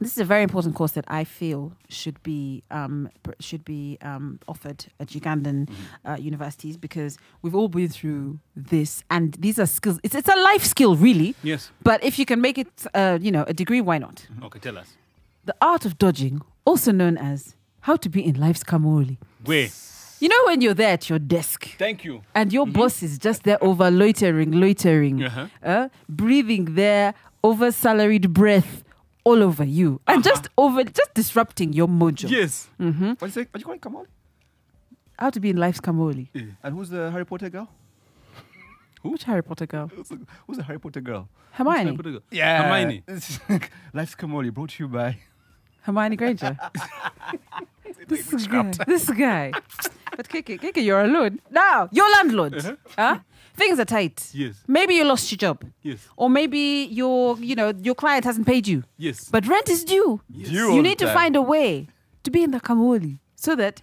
Speaker 2: this is a very important course that I feel should be um, pr- should be um, offered at Ugandan uh, universities because we've all been through this, and these are skills. It's, it's a life skill, really.
Speaker 1: Yes.
Speaker 2: But if you can make it, uh, you know, a degree, why not?
Speaker 1: Okay, tell us.
Speaker 2: The art of dodging, also known as how to be in life's kamoli.
Speaker 1: Where?
Speaker 2: You know, when you're there at your desk
Speaker 1: Thank you.
Speaker 2: and your boss is just there over loitering, loitering,
Speaker 1: Uh-huh.
Speaker 2: uh, breathing their over salaried breath all over you and just over, just disrupting your mojo.
Speaker 1: Yes.
Speaker 3: Hmm? What do you say? Are you going Kamal?
Speaker 2: How to be in life's Kamoli.
Speaker 3: And who's the Harry Potter girl?
Speaker 2: Which Harry Potter girl?
Speaker 3: Who's the Harry Potter girl?
Speaker 2: Hermione.
Speaker 1: Yeah. Hermione.
Speaker 3: Life's Kamoli brought to you by.
Speaker 2: Hermione Granger. this guy. This guy. But Kiki, Kiki, you're alone. Now, your landlord. Huh? Things are tight.
Speaker 1: Yes.
Speaker 2: Maybe you lost your job.
Speaker 1: Yes.
Speaker 2: Or maybe your, you know, your client hasn't paid you.
Speaker 1: Yes.
Speaker 2: But rent is due.
Speaker 7: Due
Speaker 2: You
Speaker 7: on
Speaker 2: need to
Speaker 7: time.
Speaker 2: find a way to be in the Kamoli so that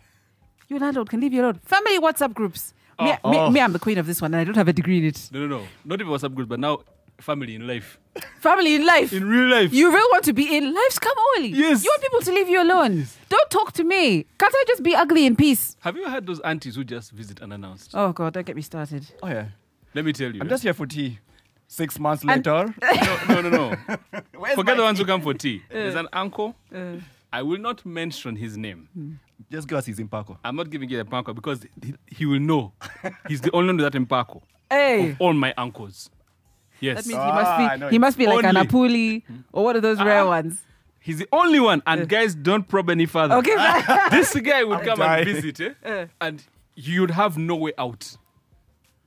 Speaker 2: your landlord can leave you alone. Family WhatsApp groups. Me,
Speaker 7: Uh-huh.
Speaker 2: me- me, I'm the queen of this one and I don't have a degree in it.
Speaker 1: no, no, no. Not even WhatsApp groups, but now family in life.
Speaker 2: Family in life.
Speaker 1: In real life.
Speaker 2: you really want to be in life's Kamoli.
Speaker 1: Yes.
Speaker 2: You want people to leave you alone. Don't talk to me. Can't I just be ugly in peace?
Speaker 1: Have you had those aunties who just visit unannounced?
Speaker 2: Oh, God, don't get me started.
Speaker 3: Oh, yeah.
Speaker 1: Let me tell you.
Speaker 7: I'm just here for tea. Six months
Speaker 2: And-
Speaker 7: later.
Speaker 1: no, no, no. Forget the ones who come for tea. There's an uncle. I will not mention his name.
Speaker 2: Hmm.
Speaker 3: Just give us his impako.
Speaker 1: I'm not giving you the Mpako because he, he will know. He's the only one with that Mpako.
Speaker 2: Hey.
Speaker 1: of all my uncles. Yes.
Speaker 2: That means he
Speaker 7: Oh, Ah, I
Speaker 2: must
Speaker 7: know Uh-huh.
Speaker 2: be, he
Speaker 7: it.
Speaker 2: must be like an
Speaker 1: Only.
Speaker 2: Apuli or one of those rare ones.
Speaker 1: He's the only one. And guys, don't probe any further.
Speaker 2: Okay, fine.
Speaker 1: This guy would come
Speaker 7: dying.
Speaker 1: and visit, eh?
Speaker 2: Uh.
Speaker 1: and you'd have no way out.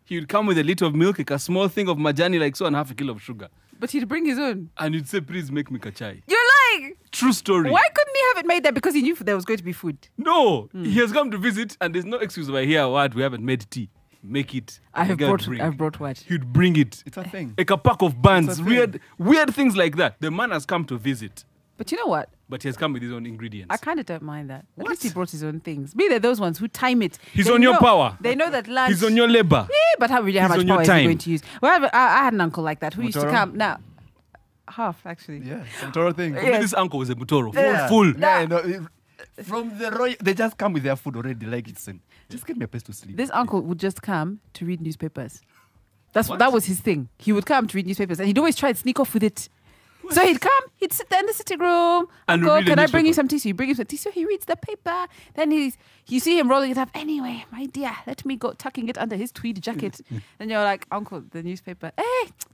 Speaker 1: He would come with a liter of milk, like a small thing of majani, like so, and half a kilo of sugar.
Speaker 2: but he'd bring his own.
Speaker 1: And you'd say, please make me kachai.
Speaker 2: You're lying.
Speaker 1: True story.
Speaker 2: Why couldn't he have it made there? Because he knew there was going to be food.
Speaker 1: No.
Speaker 2: Hmm.
Speaker 1: He has come to visit, and there's no excuse by here, what, we haven't made tea. Make it.
Speaker 2: I have
Speaker 1: The guy would
Speaker 2: brought,
Speaker 1: bring.
Speaker 2: I've brought what?
Speaker 1: He'd bring it.
Speaker 3: It's a thing.
Speaker 1: Like a pack of buns,
Speaker 3: It's a thing.
Speaker 1: weird, weird things like that. The man has come to visit,
Speaker 2: But you know what?
Speaker 1: but he has come with his own ingredients.
Speaker 2: I kind of don't mind that. At least he brought his own things. Me, they're those ones who time it.
Speaker 1: He's
Speaker 2: They
Speaker 1: on your
Speaker 2: know-
Speaker 1: power.
Speaker 2: They know that lunch.
Speaker 1: He's on your labor.
Speaker 2: Yeah, but how, really, how
Speaker 1: He's
Speaker 2: much
Speaker 1: on your
Speaker 2: power is he
Speaker 1: time.
Speaker 2: going to use? Well, I, I had an uncle like that who used to
Speaker 3: Mutoro?
Speaker 2: come. Now, half actually.
Speaker 3: Yeah, some Toro thing.
Speaker 2: Yeah.
Speaker 1: This uncle is a Mutoro. Full,
Speaker 3: Yeah.
Speaker 1: full.
Speaker 3: Yeah, you know, if- from the royal, they just come with their food already. Like it's in. Just give me a place to sleep.
Speaker 2: This uncle would just come to read newspapers. That's what? that was his thing. He would come to read newspapers, and he'd always try and sneak off with it. So he'd come, he'd sit there in the sitting room.
Speaker 1: And
Speaker 2: Uncle,
Speaker 1: read the
Speaker 2: can I bring you
Speaker 1: newspaper."
Speaker 2: some tea? So you bring him some tea. So he reads the paper. Then he's, you see him rolling it up. Anyway, my dear, let me go tucking it under his tweed jacket.
Speaker 1: Mm.
Speaker 2: and you're like, Uncle, the newspaper. Hey,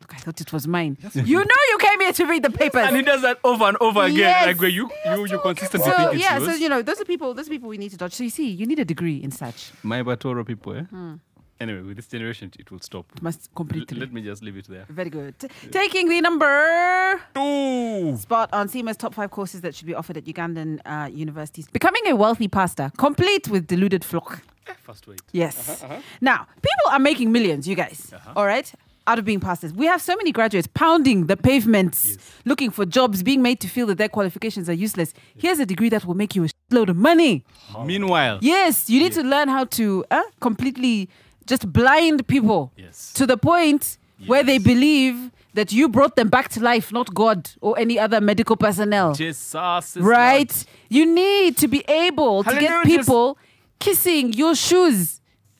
Speaker 2: look, I thought it was mine. you know you came here to read the papers.
Speaker 1: And he does that over and over again.
Speaker 2: Yes.
Speaker 1: Like where you, you, you consistently
Speaker 2: so
Speaker 1: think it's
Speaker 2: yeah,
Speaker 1: yours.
Speaker 2: so you know, those are people. Those are people we need to dodge. So you see, you need a degree in such.
Speaker 1: My Batoro people, eh?
Speaker 3: Hmm.
Speaker 1: Anyway, with this generation, it will stop.
Speaker 2: Must
Speaker 1: L-
Speaker 2: completely.
Speaker 1: let me just leave it there.
Speaker 2: Very good. T- Taking the number two spot on SEMA's top five courses that should be offered at Ugandan uh, universities. Becoming a wealthy pastor, complete with deluded flock.
Speaker 1: First wait.
Speaker 2: Yes. Now, people are making millions, you guys. all right? Out of being pastors. We have so many graduates pounding the pavements, looking for jobs, being made to feel that their qualifications are useless. Here's a degree that will make you a load of money.
Speaker 1: Meanwhile,
Speaker 2: Yes, you need to learn how to uh, completely just blind people
Speaker 1: Yes.
Speaker 2: to the point where they
Speaker 1: Yes.
Speaker 2: believe that you brought them back to life, not God or any other medical personnel.
Speaker 1: Jesus. is
Speaker 2: right?
Speaker 1: Lord.
Speaker 2: You need to be able to get
Speaker 1: Hallelujah,
Speaker 2: people kissing your shoes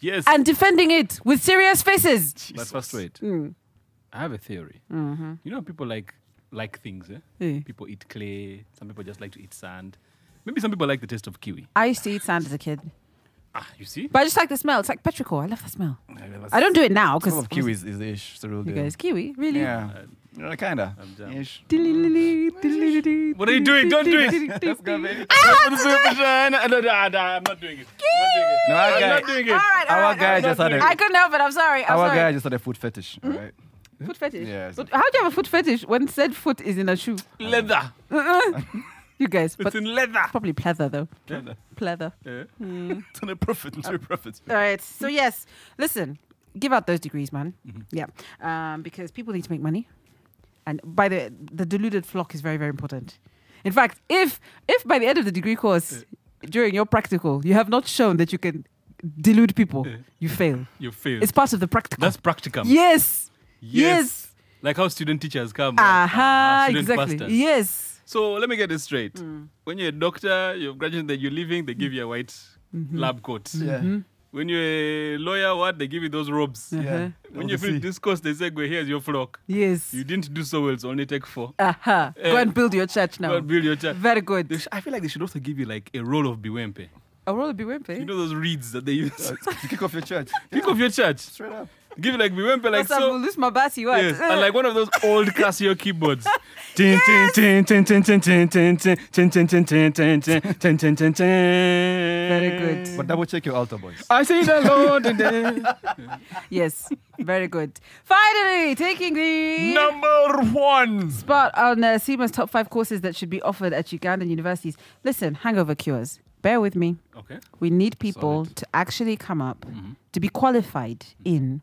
Speaker 1: Yes.
Speaker 2: and defending it with serious faces.
Speaker 1: but first wait.
Speaker 2: Mm.
Speaker 1: I have a theory.
Speaker 2: Mm-hmm.
Speaker 1: You know, people like like things. Eh?
Speaker 2: Eh.
Speaker 1: People eat clay. Some people just like to eat sand. Maybe some people like the taste of kiwi.
Speaker 2: I used to eat sand as a kid,
Speaker 1: Ah, you see?
Speaker 2: but I just like the smell. It's like petrichor. I love that smell.
Speaker 1: I mean, that's-
Speaker 2: I don't do it now because
Speaker 3: Some of kiwis is ish. It's the real
Speaker 2: You
Speaker 3: deal.
Speaker 2: guys, kiwi, really?
Speaker 3: Yeah, uh, kinda.
Speaker 1: I'm down.
Speaker 3: Ish.
Speaker 1: What are you doing? Don't do it.
Speaker 3: Let's go, baby.
Speaker 1: No, no, no, no, I'm not doing it.
Speaker 3: No,
Speaker 1: I'm
Speaker 3: our
Speaker 1: not
Speaker 3: guy,
Speaker 1: doing
Speaker 2: All
Speaker 1: it.
Speaker 2: right, all
Speaker 3: our
Speaker 2: right, all
Speaker 3: guy
Speaker 2: right.
Speaker 3: just had
Speaker 1: doing
Speaker 3: a
Speaker 2: I couldn't help it. I'm sorry. I'm
Speaker 3: our
Speaker 2: sorry.
Speaker 3: guy just had a food fetish. Right?
Speaker 2: Foot fetish.
Speaker 3: Yes.
Speaker 2: But how do you have a foot fetish when said foot is in a shoe?
Speaker 1: Leather.
Speaker 2: You guys, but
Speaker 1: It's in leather. Eh?
Speaker 2: probably pleather though. Pleather. Mm.
Speaker 3: It's not a prophet.
Speaker 2: Uh,
Speaker 3: It's not a prophet.
Speaker 2: All right. So yes, listen, give out those degrees, man.
Speaker 1: Mm-hmm.
Speaker 2: Yeah, um, because people need to make money, and by the the deluded flock is very very important. In fact, if if by the end of the degree course,
Speaker 1: Eh.
Speaker 2: during your practical, you have not shown that you can delude people, you fail.
Speaker 1: You fail.
Speaker 2: It's part of the practical.
Speaker 1: Eh. That's practicum.
Speaker 2: yes. Yes.
Speaker 1: Like how student teachers come. like, "Ah,
Speaker 2: Aha.
Speaker 1: student
Speaker 2: exactly. Hmm.
Speaker 1: pastors.
Speaker 2: Yes.
Speaker 1: So let me get this straight. When you're a doctor, you've graduated, you're leaving, they give you a white
Speaker 2: Mm-hmm.
Speaker 1: lab coat.
Speaker 3: Yeah.
Speaker 1: When you're a lawyer, what? They give you those robes.
Speaker 2: Uh-huh.
Speaker 1: When you finish this course, they say, go, here's your flock.
Speaker 2: Yes.
Speaker 1: You didn't do so well, so only take four.
Speaker 2: Aha. Go
Speaker 1: Eh.
Speaker 2: and build your church now.
Speaker 1: Go and build your church. They
Speaker 2: Very good.
Speaker 1: sh- I feel like they should also give you like a roll of biwempe.
Speaker 2: A roll of bewimpe.
Speaker 1: You know those reeds that they use?
Speaker 3: To uh, kick off your church.
Speaker 1: Pick up your church.
Speaker 3: Straight up.
Speaker 1: Give you like biwempe, like
Speaker 2: What's up,
Speaker 1: so.
Speaker 2: Mulus Mabasi, what?
Speaker 1: Yes, and like one of those old Casio keyboards.
Speaker 7: Tin, tin, tin, tin, tin, tin, tin, tin, tin, tin, tin, tin, tin, tin, tin, tin, tin, tin.
Speaker 2: Very good.
Speaker 3: But double check your altar boys.
Speaker 7: I see the Lord today.
Speaker 2: Yes, very good. Finally, taking the
Speaker 7: Number one.
Speaker 2: spot on uh, SEMA's top five courses that should be offered at Ugandan universities. Listen, hangover cures. Bear with me.
Speaker 1: okay.
Speaker 2: We need people to actually come up
Speaker 1: Mm-hmm.
Speaker 2: to be qualified in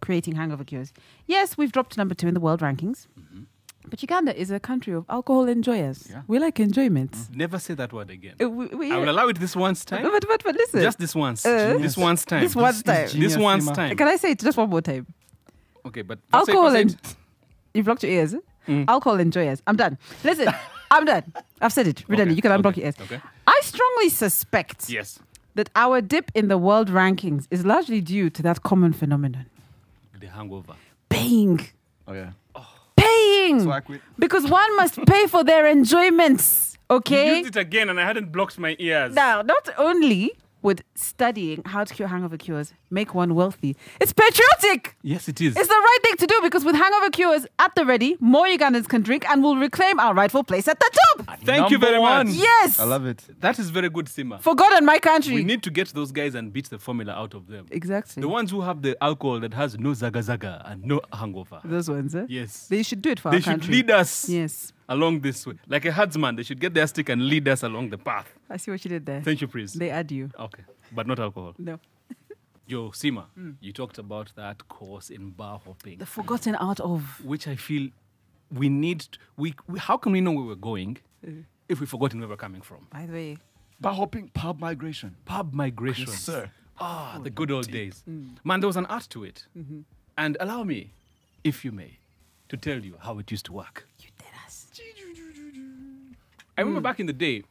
Speaker 2: creating hangover cures. Yes, we've dropped to number two in the world rankings,
Speaker 1: Mm-hmm.
Speaker 2: but Uganda is a country of alcohol enjoyers. We like enjoyment.
Speaker 1: Never say that word again.
Speaker 2: Uh, we- we-
Speaker 1: Mm-hmm. I will allow it this once time.
Speaker 2: but, but, but listen.
Speaker 1: Just this once.
Speaker 2: Uh,
Speaker 1: this once time.
Speaker 2: This once time.
Speaker 1: This
Speaker 3: Genius,
Speaker 1: once
Speaker 3: Emma.
Speaker 1: time.
Speaker 2: Can I say it just one more time?
Speaker 1: Okay, but
Speaker 2: alcohol
Speaker 1: say-
Speaker 2: and
Speaker 1: say
Speaker 2: you blocked your ears.
Speaker 1: Mm.
Speaker 2: Alcohol enjoyers. I'm done. Listen, I'm done. I've said it. Redani,
Speaker 1: Okay,
Speaker 2: you can unblock
Speaker 1: okay,
Speaker 2: your ears.
Speaker 1: okay.
Speaker 2: I strongly suspect
Speaker 1: it. yes,
Speaker 2: that our dip in the world rankings is largely due to that common phenomenon.
Speaker 1: the hangover.
Speaker 2: Paying.
Speaker 3: Oh yeah.
Speaker 2: Paying.
Speaker 3: So I quit.
Speaker 2: because one must pay for their enjoyments. Okay?
Speaker 1: You used it again, and I hadn't blocked my ears.
Speaker 2: Now, not only would studying how to cure hangover cures make one wealthy, it's patriotic.
Speaker 1: Yes, it is.
Speaker 2: It's the right thing to do because with hangover cures at the ready, more Ugandans can drink and will reclaim our rightful place at the top.
Speaker 1: Thank you
Speaker 7: Number
Speaker 1: very
Speaker 7: one.
Speaker 1: much.
Speaker 2: Yes.
Speaker 3: I love it.
Speaker 1: That is very good, Sima.
Speaker 2: For God and my country.
Speaker 1: we need to get those guys and beat the formula out of them.
Speaker 2: exactly.
Speaker 1: The ones who have the alcohol that has no zaga zaga and no hangover.
Speaker 2: Those ones, eh?
Speaker 1: Yes.
Speaker 2: They should do it for
Speaker 1: They
Speaker 2: our
Speaker 1: should
Speaker 2: country.
Speaker 1: lead us
Speaker 2: Yes.
Speaker 1: along this way. Like a herdsman, they should get their stick and lead us along the path.
Speaker 2: I see what you did there.
Speaker 1: Thank you, Prince.
Speaker 2: They add you.
Speaker 1: okay, but not alcohol.
Speaker 2: No.
Speaker 1: Yo, Sima, you talked about that course in bar hopping.
Speaker 2: Hmm. The forgotten art of.
Speaker 1: which I feel we need. t- We, we how can we know where we're going
Speaker 2: Uh.
Speaker 1: if we've forgotten where we're coming from?
Speaker 2: By the way,
Speaker 3: Bar hopping, pub migration.
Speaker 1: Pub migration,
Speaker 3: sir.
Speaker 1: Ah, the good old days.
Speaker 2: Mm.
Speaker 1: Man, there was an art
Speaker 2: Mm-hmm.
Speaker 1: to it. And allow me, if you may, to tell you how it used to work.
Speaker 2: you did. Mm.
Speaker 1: I remember back in the day,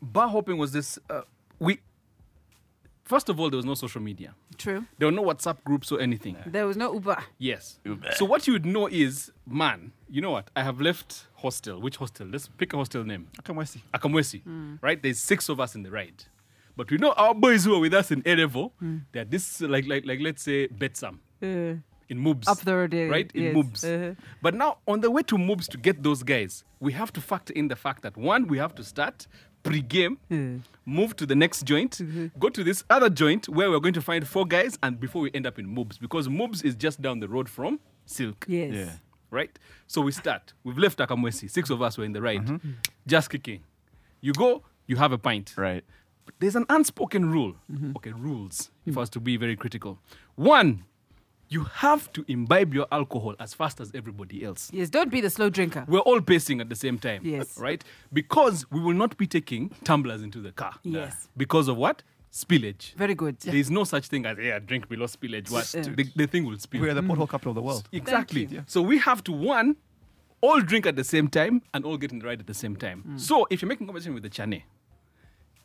Speaker 1: bar hopping was this. Uh, we first of all, there was no social media.
Speaker 2: True.
Speaker 1: There were no WhatsApp groups or anything.
Speaker 2: There was no Uber.
Speaker 1: Yes. So what you would know is, man, you know what? I have left hostel. Which hostel? Let's pick a hostel name.
Speaker 3: Akamwesi.
Speaker 1: Akamwesi.
Speaker 2: Mm.
Speaker 1: Right? There's six of us in the ride. But we know our boys who are with us in Erevo,
Speaker 2: Mm.
Speaker 1: they're this like like like let's say Betsam
Speaker 2: Uh,
Speaker 1: in Moobs.
Speaker 2: Up the road, yeah,
Speaker 1: Right? In
Speaker 2: yes.
Speaker 1: Moobs.
Speaker 2: Uh-huh.
Speaker 1: But now on the way to Moobs to get those guys, we have to factor in the fact that one, we have to start pre-game, move to the next joint,
Speaker 2: Mm-hmm.
Speaker 1: go to this other joint where we're going to find four guys and before we end up in Moobs. Because Moobs is just down the road from Silk
Speaker 2: yes.
Speaker 3: Yeah.
Speaker 1: right? So we start. We've left Akamwesi. Six of us were in the ride, just kicking. You go, you have a pint.
Speaker 3: Right.
Speaker 1: But there's an unspoken rule. Okay, rules, if I was to be very critical. One, you have to imbibe your alcohol as fast as everybody else.
Speaker 2: Yes, don't be the slow drinker.
Speaker 1: We're all pacing at the same time.
Speaker 2: Yes.
Speaker 1: Right? Because we will not be taking tumblers into the car.
Speaker 2: Yes.
Speaker 1: Because of what? Spillage.
Speaker 2: Very good.
Speaker 1: There's no such thing as, yeah, drink below spillage. What?
Speaker 2: Stupid.
Speaker 1: The, the thing will spill.
Speaker 3: We are the pothole capital of the world.
Speaker 1: Exactly.
Speaker 2: you.
Speaker 1: So we have to one, all drink at the same time and all get in the ride at the same time.
Speaker 2: Mm.
Speaker 1: So if you're making conversation with the Chane,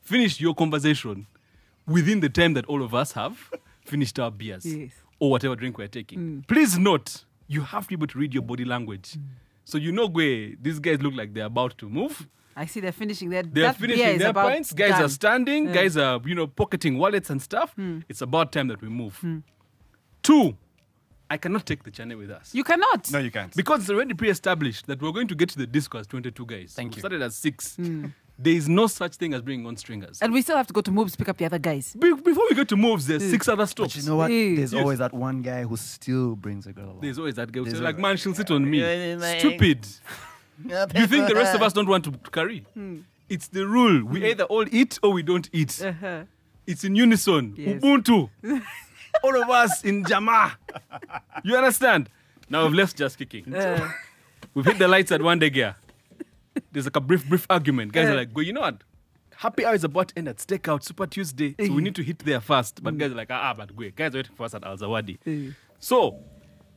Speaker 1: finish your conversation within the time that all of us have finished our beers
Speaker 2: Yes. Mm.
Speaker 1: or whatever drink we're taking. Please note, you have to be able to read your body language. So you know, Gwe, these guys look like they're about to move.
Speaker 2: I see they're finishing their
Speaker 1: They're
Speaker 2: that beer
Speaker 1: finishing
Speaker 2: is
Speaker 1: their
Speaker 2: about
Speaker 1: pints. Guys
Speaker 2: done. Mm.
Speaker 1: are standing. Guys are, you know, pocketing wallets and stuff. It's about time that we move. Two, I cannot take the Chane with us.
Speaker 2: You cannot.
Speaker 3: No, you can't.
Speaker 1: Because it's already pre-established that we're going to get to the disco as 22 guys.
Speaker 3: Thank
Speaker 1: we
Speaker 3: you.
Speaker 1: started as six. There is no such thing as bringing on stringers.
Speaker 2: and we still have to go to moves pick up the other guys.
Speaker 1: Be- before we get to moves, there's six other stops.
Speaker 3: But you know what?
Speaker 2: Yes.
Speaker 3: There's always that one guy who still brings a girl along.
Speaker 1: there's always that guy who
Speaker 3: There's
Speaker 1: says, like,
Speaker 3: always-
Speaker 1: man, she'll sit on me. Stupid. you think the rest of us don't want to carry? It's the rule. We either all eat or we don't eat.
Speaker 2: Uh-huh.
Speaker 1: It's in unison.
Speaker 2: Yes.
Speaker 1: Ubuntu. all of us in Jama. You understand? Now we've left just kicking.
Speaker 2: Uh,
Speaker 1: We've hit the lights at one day gear. There's like a brief, brief argument. Guys are like, go, you know what? Happy hour is about to end at Stakeout Super Tuesday, so we need to hit there fast. But guys are like, ah, ah, but go. Guys are waiting for us at Al Zawadi. So,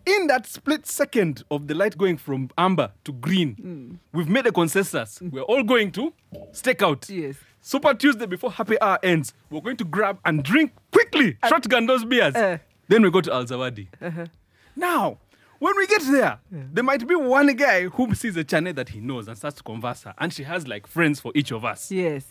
Speaker 1: in that split second of the light going from amber to green, we've made a consensus. We're all going to Stakeout.
Speaker 2: yes.
Speaker 1: Super Tuesday before happy hour ends, we're going to grab and drink quickly, shotgun those beers.
Speaker 2: Uh.
Speaker 1: then we go to Al Zawadi. Now, when we get there, there might be one guy who sees a channel that he knows and starts to converse her, and she has like friends for each of us.
Speaker 2: Yes.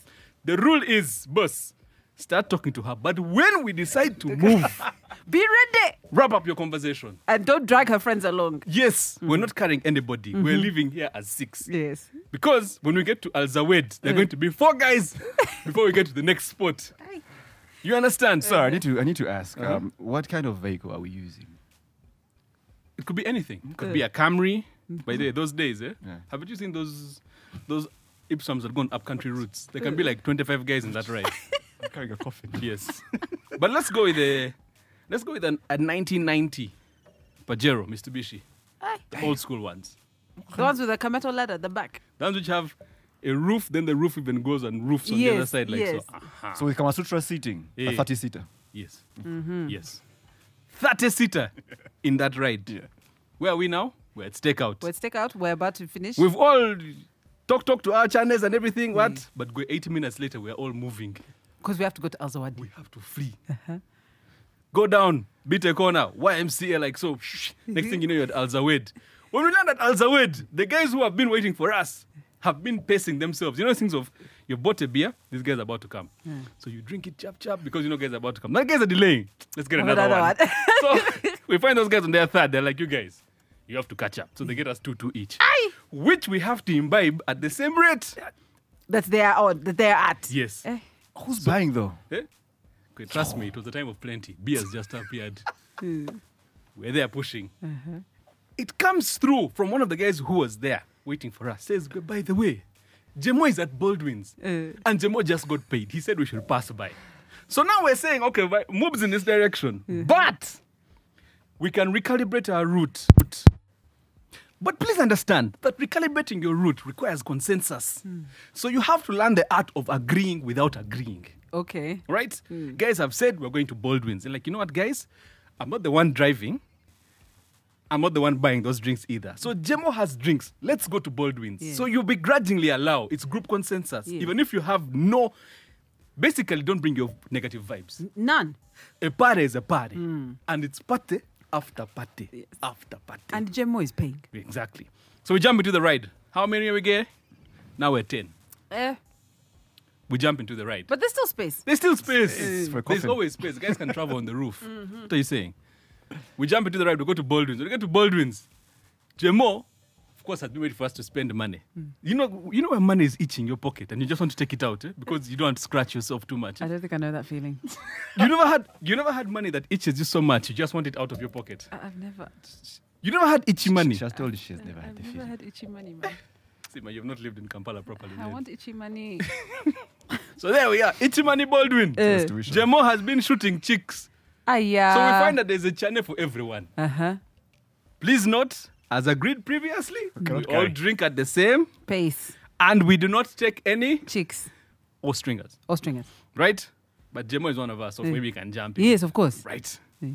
Speaker 1: The rule is, boss, start talking to her, but when we decide to move,
Speaker 2: Be ready
Speaker 1: wrap up your conversation.
Speaker 2: and don't drag her friends along.
Speaker 1: Yes, we're not carrying anybody. We're leaving here as six.
Speaker 2: Yes.
Speaker 1: Because when we get to Al Zawed, there are going to be four guys before we get to the next spot. You understand?
Speaker 3: Sir, I need to I need to ask.
Speaker 2: Uh-huh.
Speaker 3: Um, what kind of vehicle are we using?
Speaker 1: It could be anything. It could be a Camry. By the way, those days, eh?
Speaker 3: Yeah.
Speaker 1: Haven't you seen those those Ipsums that go on upcountry routes? There can be like 25 guys in that ride.
Speaker 3: I'm carrying a coffin.
Speaker 1: yes. But let's go with a let's go with an, a 1990 Pajero Mitsubishi.
Speaker 2: Aye.
Speaker 1: The old school ones.
Speaker 2: The ones with the Kameto ladder at the back.
Speaker 1: The ones which have a roof, then the roof even goes and roofs on the other
Speaker 2: Yes,
Speaker 1: side like
Speaker 2: yes.
Speaker 1: so. Aha.
Speaker 3: So with Kamasutra seating,
Speaker 1: Yeah.
Speaker 3: a 30 seater.
Speaker 1: Yes.
Speaker 2: Mm-hmm.
Speaker 1: Yes. 30 seater in that ride. Where are we now? We're at stakeout.
Speaker 2: Let's take out. We're about to finish.
Speaker 1: We've all talked talk to our channels and everything, what? But go 80 minutes later, we're all moving.
Speaker 2: Because we have to go to Al Zawadi.
Speaker 1: We have to flee. Go down, beat a corner, YMCA, like so. Next thing you know, you're at Al Zawed. When we land at Al Zawed, the guys who have been waiting for us have been pacing themselves. You know, things of you bought a beer, this guy's about to come. So you drink it chap chap because you know guys are about to come. Now guys are delaying. Let's get Oh, another,
Speaker 2: Another
Speaker 1: one. so we find those guys on their third. They're like, you guys, you have to catch up. So they get us two, two each. Which we have to imbibe at the same rate.
Speaker 2: That's their on that they're at.
Speaker 1: Yes.
Speaker 2: Eh.
Speaker 3: Who's buying though?
Speaker 1: Eh? Okay, trust me, it was a time of plenty. Beers just appeared. We're there pushing. Uh-huh. It comes through from one of the guys who was there waiting for us. Says, "Go- by the way, Jemo is at Baldwin's. And Jemo just got paid. He said we should pass by. So now we're saying, okay, vi- moves in this direction. But we can recalibrate our route. But please understand that recalibrating your route requires consensus. So you have to learn the art of agreeing without agreeing
Speaker 2: Okay.
Speaker 1: right?
Speaker 2: Hmm.
Speaker 1: Guys have said we're going to Baldwin's. They're like, you know what, guys? I'm not the one driving. I'm not the one buying those drinks either. So Jemo has drinks. Let's go to Baldwin's. So you begrudgingly allow. It's group consensus.
Speaker 2: Yeah.
Speaker 1: Even if you have no, basically, don't bring your negative vibes.
Speaker 2: None.
Speaker 1: A party is a party,
Speaker 2: Hmm.
Speaker 1: and it's party after party after party.
Speaker 2: And Jemo is paying.
Speaker 1: exactly. So we jump into the ride. How many are we get? Now we're ten.
Speaker 2: Eh,
Speaker 1: We jump into the ride.
Speaker 2: but there's still space.
Speaker 1: There's still space. Mm-hmm.
Speaker 3: Space for
Speaker 1: There's
Speaker 3: coffin.
Speaker 1: always space. Guys can travel on the roof. What are you saying? We jump into the ride, we go to Baldwin's. When we get to Baldwin's, Jemo, of course, had been waiting for us to spend money. You know, you know where money is itching your pocket and you just want to take it out eh? because you don't want to scratch yourself too much. eh?
Speaker 2: I don't think I know that feeling.
Speaker 1: You never had you never had money that itches you so much, you just want it out of your pocket.
Speaker 2: I- I've never,
Speaker 1: You never had itchy money.
Speaker 3: She has told you she's never had the
Speaker 2: I've never
Speaker 3: feeling.
Speaker 2: had itchy money, man.
Speaker 1: Sima, you've not lived in Kampala properly.
Speaker 2: I
Speaker 1: then.
Speaker 2: want itchy money.
Speaker 1: So there we are, itchy money Baldwin.
Speaker 2: Eh.
Speaker 3: Tuition.
Speaker 1: Jemo has been shooting chicks.
Speaker 2: Ah, yeah.
Speaker 1: So we find that there's a channel for everyone.
Speaker 2: Uh huh.
Speaker 1: Please note, as agreed previously, we all drink at the same
Speaker 2: Pace,
Speaker 1: and we do not take any
Speaker 2: chicks,
Speaker 1: or stringers,
Speaker 2: or stringers.
Speaker 1: right? But Jemo is one of us, so maybe we can jump in.
Speaker 2: Yes, of course.
Speaker 1: Right.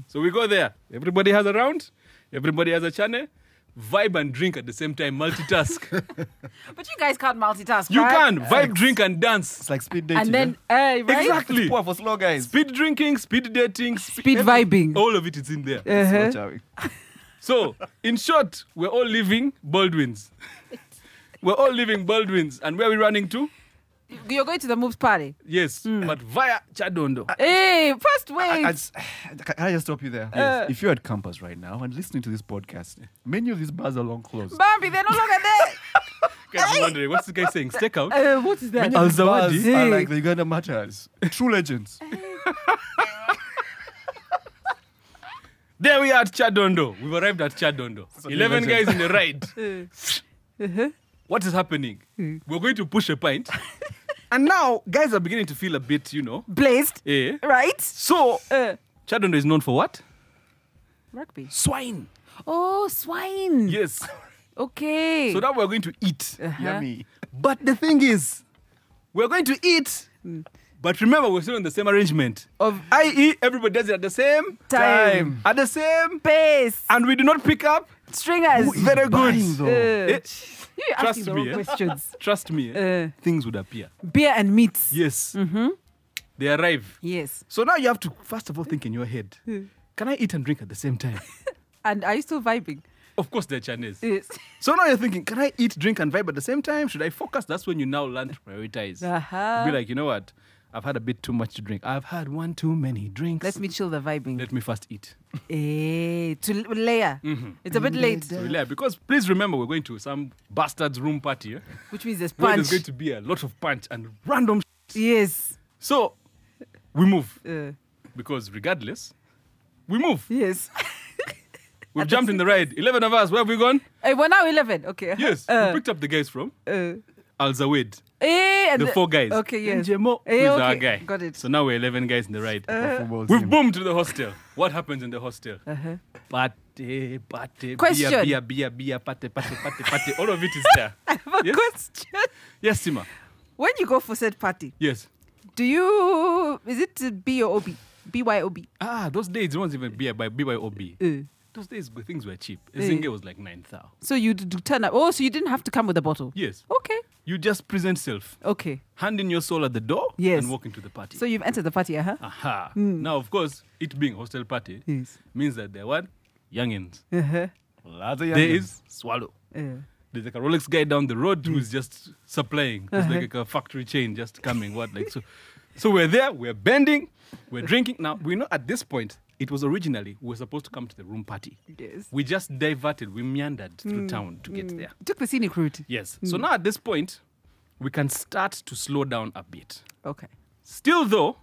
Speaker 1: So we go there. Everybody has a round, everybody has a channel. Vibe and drink at the same time, multitask.
Speaker 2: But you guys can't multitask.
Speaker 1: you
Speaker 2: right?
Speaker 1: can vibe, drink, and
Speaker 3: It's
Speaker 1: dance.
Speaker 3: like speed dating.
Speaker 2: And then,
Speaker 3: yeah?
Speaker 2: uh, right?
Speaker 1: Exactly.
Speaker 3: It's poor for slow guys.
Speaker 1: Speed drinking, speed dating, spe-
Speaker 2: Speed vibing.
Speaker 1: All of it is in there.
Speaker 2: Uh-huh.
Speaker 3: Watch out.
Speaker 1: So, in short, we're all leaving Baldwin's. we're all leaving Baldwin's. And where are we running to?
Speaker 2: You're going to the moves party.
Speaker 1: Yes, but via Chadondo.
Speaker 2: Hey, first
Speaker 3: I, I
Speaker 2: wave.
Speaker 3: just- can I just stop you there?
Speaker 2: Yes.
Speaker 3: If you're at campus right now and listening to this podcast, many of these bars are long closed.
Speaker 2: Bambi, they're no longer there.
Speaker 1: Guys, wondering what's the guy saying? Stake out.
Speaker 2: Uh, what is that?
Speaker 3: Many of these
Speaker 1: Al-Zawadi?
Speaker 3: bars are
Speaker 2: Hey. Uh-huh.
Speaker 3: like the Uganda Martyrs, true legends.
Speaker 1: There we are at Chadondo. We've arrived at Chadondo. Eleven guys in the ride. Uh-huh. What is happening? We're going to push a pint, Hmm. and now guys are beginning to feel a bit, you know.
Speaker 2: Blazed,
Speaker 1: Eh?
Speaker 2: right?
Speaker 1: So
Speaker 2: Uh,
Speaker 1: Chadondo is known for what?
Speaker 2: rugby.
Speaker 1: Swine.
Speaker 2: Oh, swine.
Speaker 1: Yes.
Speaker 2: Okay.
Speaker 1: So
Speaker 2: Uh-huh.
Speaker 1: now we're going to eat.
Speaker 3: Yummy.
Speaker 1: But the thing is, we're going to eat. But remember, we're still in the same arrangement.
Speaker 2: Of-
Speaker 1: i.e., everybody does it at the same
Speaker 2: Time.
Speaker 1: At the same
Speaker 2: Pace,
Speaker 1: and we do not pick up.
Speaker 2: stringers.
Speaker 1: Very
Speaker 3: Buying
Speaker 1: good.
Speaker 3: though.
Speaker 1: Eh,
Speaker 2: Uh, You're
Speaker 1: Trust
Speaker 2: asking the wrong
Speaker 1: me, eh?
Speaker 2: questions.
Speaker 1: trust me, eh, Mm-hmm.
Speaker 2: Uh,
Speaker 1: things would appear.
Speaker 2: Beer and meats.
Speaker 1: Yes. They arrive.
Speaker 2: Yes.
Speaker 1: So now you have to, first of all, think in your head can I eat and drink at the same time?
Speaker 2: And are you still vibing?
Speaker 1: of course, they're Chinese.
Speaker 2: Yes.
Speaker 1: So now you're thinking, can I eat, drink, and vibe at the same time? Should I focus? That's when you now learn to prioritize.
Speaker 2: Uh-huh.
Speaker 1: Be like, you know what? I've had a bit too much to drink. I've had one too many drinks.
Speaker 2: Let me chill the vibing.
Speaker 1: Let me first eat.
Speaker 2: Eh, to l- layer.
Speaker 1: Mm-hmm.
Speaker 2: It's a bit late,
Speaker 1: So we layer- Because please remember, we're going to some bastard's room party. eh?
Speaker 2: which means there's
Speaker 1: Where there's
Speaker 2: punch.
Speaker 1: going to be a lot of punch and random. sh-
Speaker 2: Yes.
Speaker 1: So we move.
Speaker 2: Uh,
Speaker 1: Because regardless, we move.
Speaker 2: yes.
Speaker 1: We've jumped in the ride. 11 of us. Where have we gone?
Speaker 2: hey, we're now 11. Okay.
Speaker 1: Yes. we
Speaker 2: Uh,
Speaker 1: picked up the guys from
Speaker 2: uh,
Speaker 1: Al Zawed.
Speaker 2: eh, and
Speaker 1: The four guys.
Speaker 2: Okay,
Speaker 1: And
Speaker 2: yes.
Speaker 1: Jemo,
Speaker 2: Eh,
Speaker 1: who's
Speaker 2: okay,
Speaker 1: our guy.
Speaker 2: got it. Uh,
Speaker 1: So now we're 11 guys in the ride.
Speaker 2: Uh-huh.
Speaker 3: Football
Speaker 1: We've
Speaker 3: team.
Speaker 1: boomed to the hostel. What happens in the hostel?
Speaker 2: Uh-huh.
Speaker 1: Pate, pate,
Speaker 2: Question.
Speaker 1: Bia, bia, bia, bia, pate, pate, pate, pate. All of it is there.
Speaker 2: But
Speaker 1: Yes.
Speaker 2: question.
Speaker 1: Yes, Sima.
Speaker 2: When you go for said party,
Speaker 1: Yes.
Speaker 2: do you. Is it B or OB? BYOB?
Speaker 1: Ah, those days, it wasn't even beer by BYOB.
Speaker 2: Uh,
Speaker 1: Those days, the things were cheap. A single was like 9,000.
Speaker 2: so you d- do turn up. Oh, so you didn't have to come with a bottle?
Speaker 1: Yes.
Speaker 2: Okay.
Speaker 1: You just present self,
Speaker 2: Okay.
Speaker 1: hand in your soul at the door,
Speaker 2: Yes.
Speaker 1: and walk into the party.
Speaker 2: So you've entered the party, uh huh?
Speaker 1: Aha. Now, of course, it being hostel party
Speaker 2: Yes.
Speaker 1: means that there were youngins.
Speaker 2: Uh-huh.
Speaker 3: Lots of
Speaker 1: There
Speaker 3: youngins.
Speaker 1: is Swallow.
Speaker 2: Uh,
Speaker 1: There's like a Rolex guy down the road who's just supplying. It's like a factory chain just coming. What like so? So we're there. We're bending. We're drinking. Now we know at this point it was originally we were supposed to come to the room party.
Speaker 2: Yes.
Speaker 1: We just diverted. We meandered through town to get there.
Speaker 2: took the scenic route.
Speaker 1: Yes. So now at this point, we can start to slow down a bit.
Speaker 2: Okay.
Speaker 1: Still, though,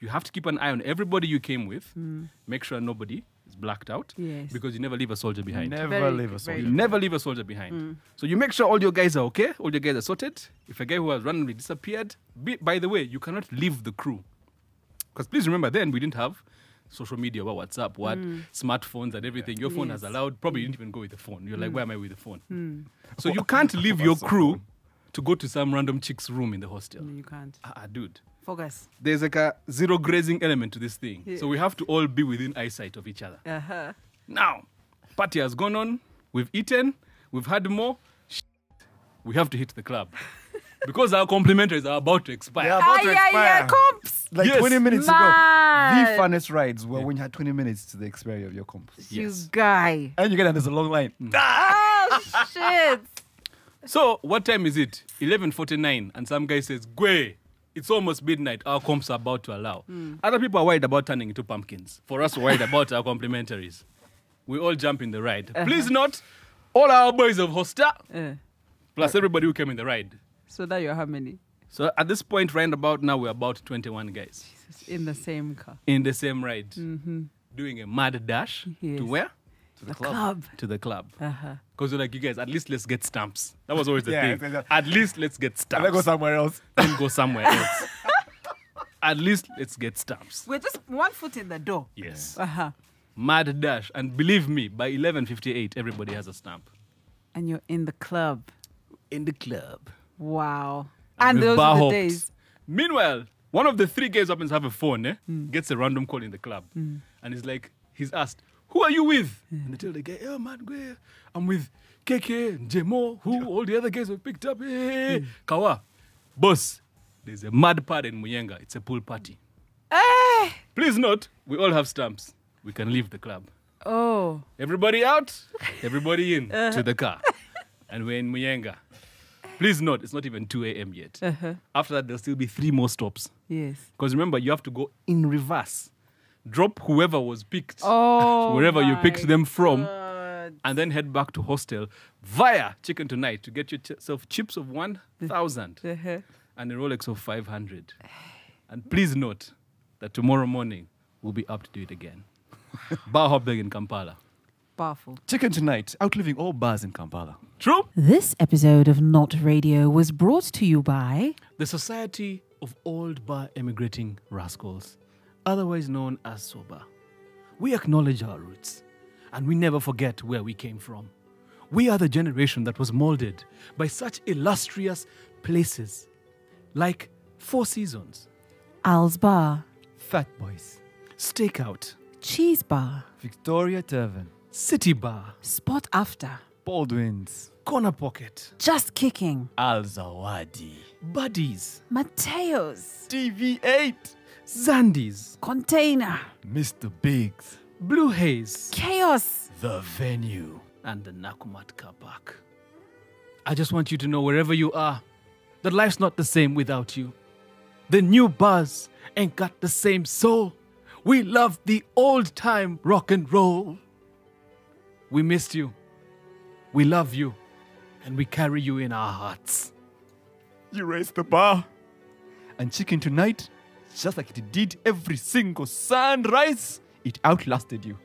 Speaker 1: you have to keep an eye on everybody you came with.
Speaker 3: Hmm.
Speaker 1: Make sure nobody is blacked out.
Speaker 2: Yes.
Speaker 1: Because you never leave a soldier behind.
Speaker 3: Never
Speaker 2: Very-
Speaker 3: leave Hmm. us.
Speaker 2: very
Speaker 1: You never leave a soldier behind. So you make sure all your guys are okay, all your guys are sorted. If a guy who has randomly disappeared, be, by the way, you cannot leave the crew. Because please remember, then we didn't have social media, what WhatsApp, what
Speaker 3: Hmm.
Speaker 1: smartphones and everything. Your phone has allowed, probably you didn't even go with the phone. You're
Speaker 3: Hmm.
Speaker 1: like, where am I with the phone? So you can't leave your crew to go to some random chick's room in the hostel.
Speaker 3: Hmm.
Speaker 2: You can't.
Speaker 1: Ah, dude.
Speaker 2: Focus.
Speaker 1: There's like a zero grazing element to this thing. So we have to all be within eyesight of each other.
Speaker 2: Uh huh.
Speaker 1: Now, Party has gone on. We've eaten. We've had more. Shit. We have to hit the club because our complimentaries are about to expire.
Speaker 3: They are about
Speaker 2: Ah,
Speaker 3: to
Speaker 2: yeah, yeah,
Speaker 3: expire.
Speaker 2: comps.
Speaker 3: Like
Speaker 1: Yes.
Speaker 3: 20 minutes
Speaker 2: Man.
Speaker 3: ago, the funnest rides were when you had 20 minutes to the expiry of your Mm. comp.
Speaker 2: You guy.
Speaker 3: And you get that there's a long line. Ah!
Speaker 1: Ah!
Speaker 2: Oh, shit.
Speaker 1: So what time is it? 11:49, and some guy says, "Gwe, it's almost midnight. Our comps are about to allow." Other people are worried about turning into pumpkins. For us, we're worried about our complimentaries. We all jump in the ride. Please note, all our boys of Hosta,
Speaker 2: Eh,
Speaker 1: plus everybody who came in the ride.
Speaker 2: so now you're how many?
Speaker 1: So at this point, round about now, we're about 21 guys
Speaker 2: It's in the same car.
Speaker 1: in the same ride, doing a mad dash
Speaker 2: Yes.
Speaker 1: to where?
Speaker 2: The, club.
Speaker 1: To the club.
Speaker 2: Uh-huh.
Speaker 1: Because we're like, you guys, at least let's get stamps. That was always the
Speaker 3: Yeah,
Speaker 1: thing.
Speaker 3: exactly.
Speaker 1: At least let's get stamps.
Speaker 3: And I go somewhere else.
Speaker 1: then go somewhere else. At least let's get stamps.
Speaker 2: With just one foot in the door.
Speaker 1: Yes.
Speaker 2: Uh-huh.
Speaker 1: Mad dash. And believe me, by 11.58, everybody has a stamp.
Speaker 2: And you're in the club.
Speaker 1: In the club.
Speaker 2: Wow. And
Speaker 1: We've
Speaker 2: those
Speaker 1: bar
Speaker 2: are the
Speaker 1: hopped.
Speaker 2: days.
Speaker 1: Meanwhile, one of the three guys happens to have a phone, eh?
Speaker 2: Hmm.
Speaker 1: gets a random call in the club. And he's like, he's asked, who are you with? And they tell the guy, oh man, gwe, I'm with KK, Jemo, who, all the other guys were picked up. eh, eh, eh."
Speaker 2: Hmm.
Speaker 1: Kawa, boss, there's a mad party in Muyenga. It's a pool party.
Speaker 2: Eh.
Speaker 1: Please note, we all have stamps. We can leave the club.
Speaker 2: Oh.
Speaker 1: Everybody out, everybody in
Speaker 2: Uh-huh.
Speaker 1: to the car. And we're in Muyenga. Please note, it's not even 2 a.m. yet.
Speaker 2: Uh-huh.
Speaker 1: After that, there'll still be three more stops.
Speaker 2: Yes.
Speaker 1: Because remember, you have to go in reverse. Drop whoever was picked,
Speaker 2: Oh.
Speaker 1: wherever you
Speaker 2: my
Speaker 1: picked them from,
Speaker 2: God.
Speaker 1: and then head back to hostel via Chicken Tonight to get yourself chips of 1,000
Speaker 2: Uh-huh.
Speaker 1: and a Rolex of 500. And please note that tomorrow morning, we'll be up to do it again. Bar hopping in Kampala.
Speaker 2: Powerful.
Speaker 3: Chicken tonight, outliving all bars in Kampala.
Speaker 1: True?
Speaker 8: This episode of Not Radio was brought to you by
Speaker 1: The Society of Old Bar Emigrating Rascals, otherwise known as SOBA. We acknowledge our roots, and we never forget where we came from. We are the generation that was molded by such illustrious places like Four Seasons,
Speaker 8: Al's Bar,
Speaker 3: Fat Boys.
Speaker 1: Stakeout,
Speaker 8: Cheese Bar,
Speaker 3: Victoria Tavern.
Speaker 1: City Bar,
Speaker 8: Spot After,
Speaker 3: Baldwin's.
Speaker 1: Corner Pocket,
Speaker 8: Just Kicking,
Speaker 3: Al Zawadi.
Speaker 1: Buddies,
Speaker 8: Mateo's,
Speaker 3: TV8.
Speaker 1: Zandies,
Speaker 8: Container,
Speaker 3: Mr. Biggs.
Speaker 1: Blue Haze,
Speaker 8: Chaos.
Speaker 3: The venue.
Speaker 1: and the Nakumatka Park. I just want you to know wherever you are that life's not the same without you. The new bars ain't got the same soul. We love the old time rock and roll. We missed you. We love you. And we carry you in our hearts.
Speaker 3: You raised the bar. And chicken tonight, just like it did every single sunrise, it outlasted you.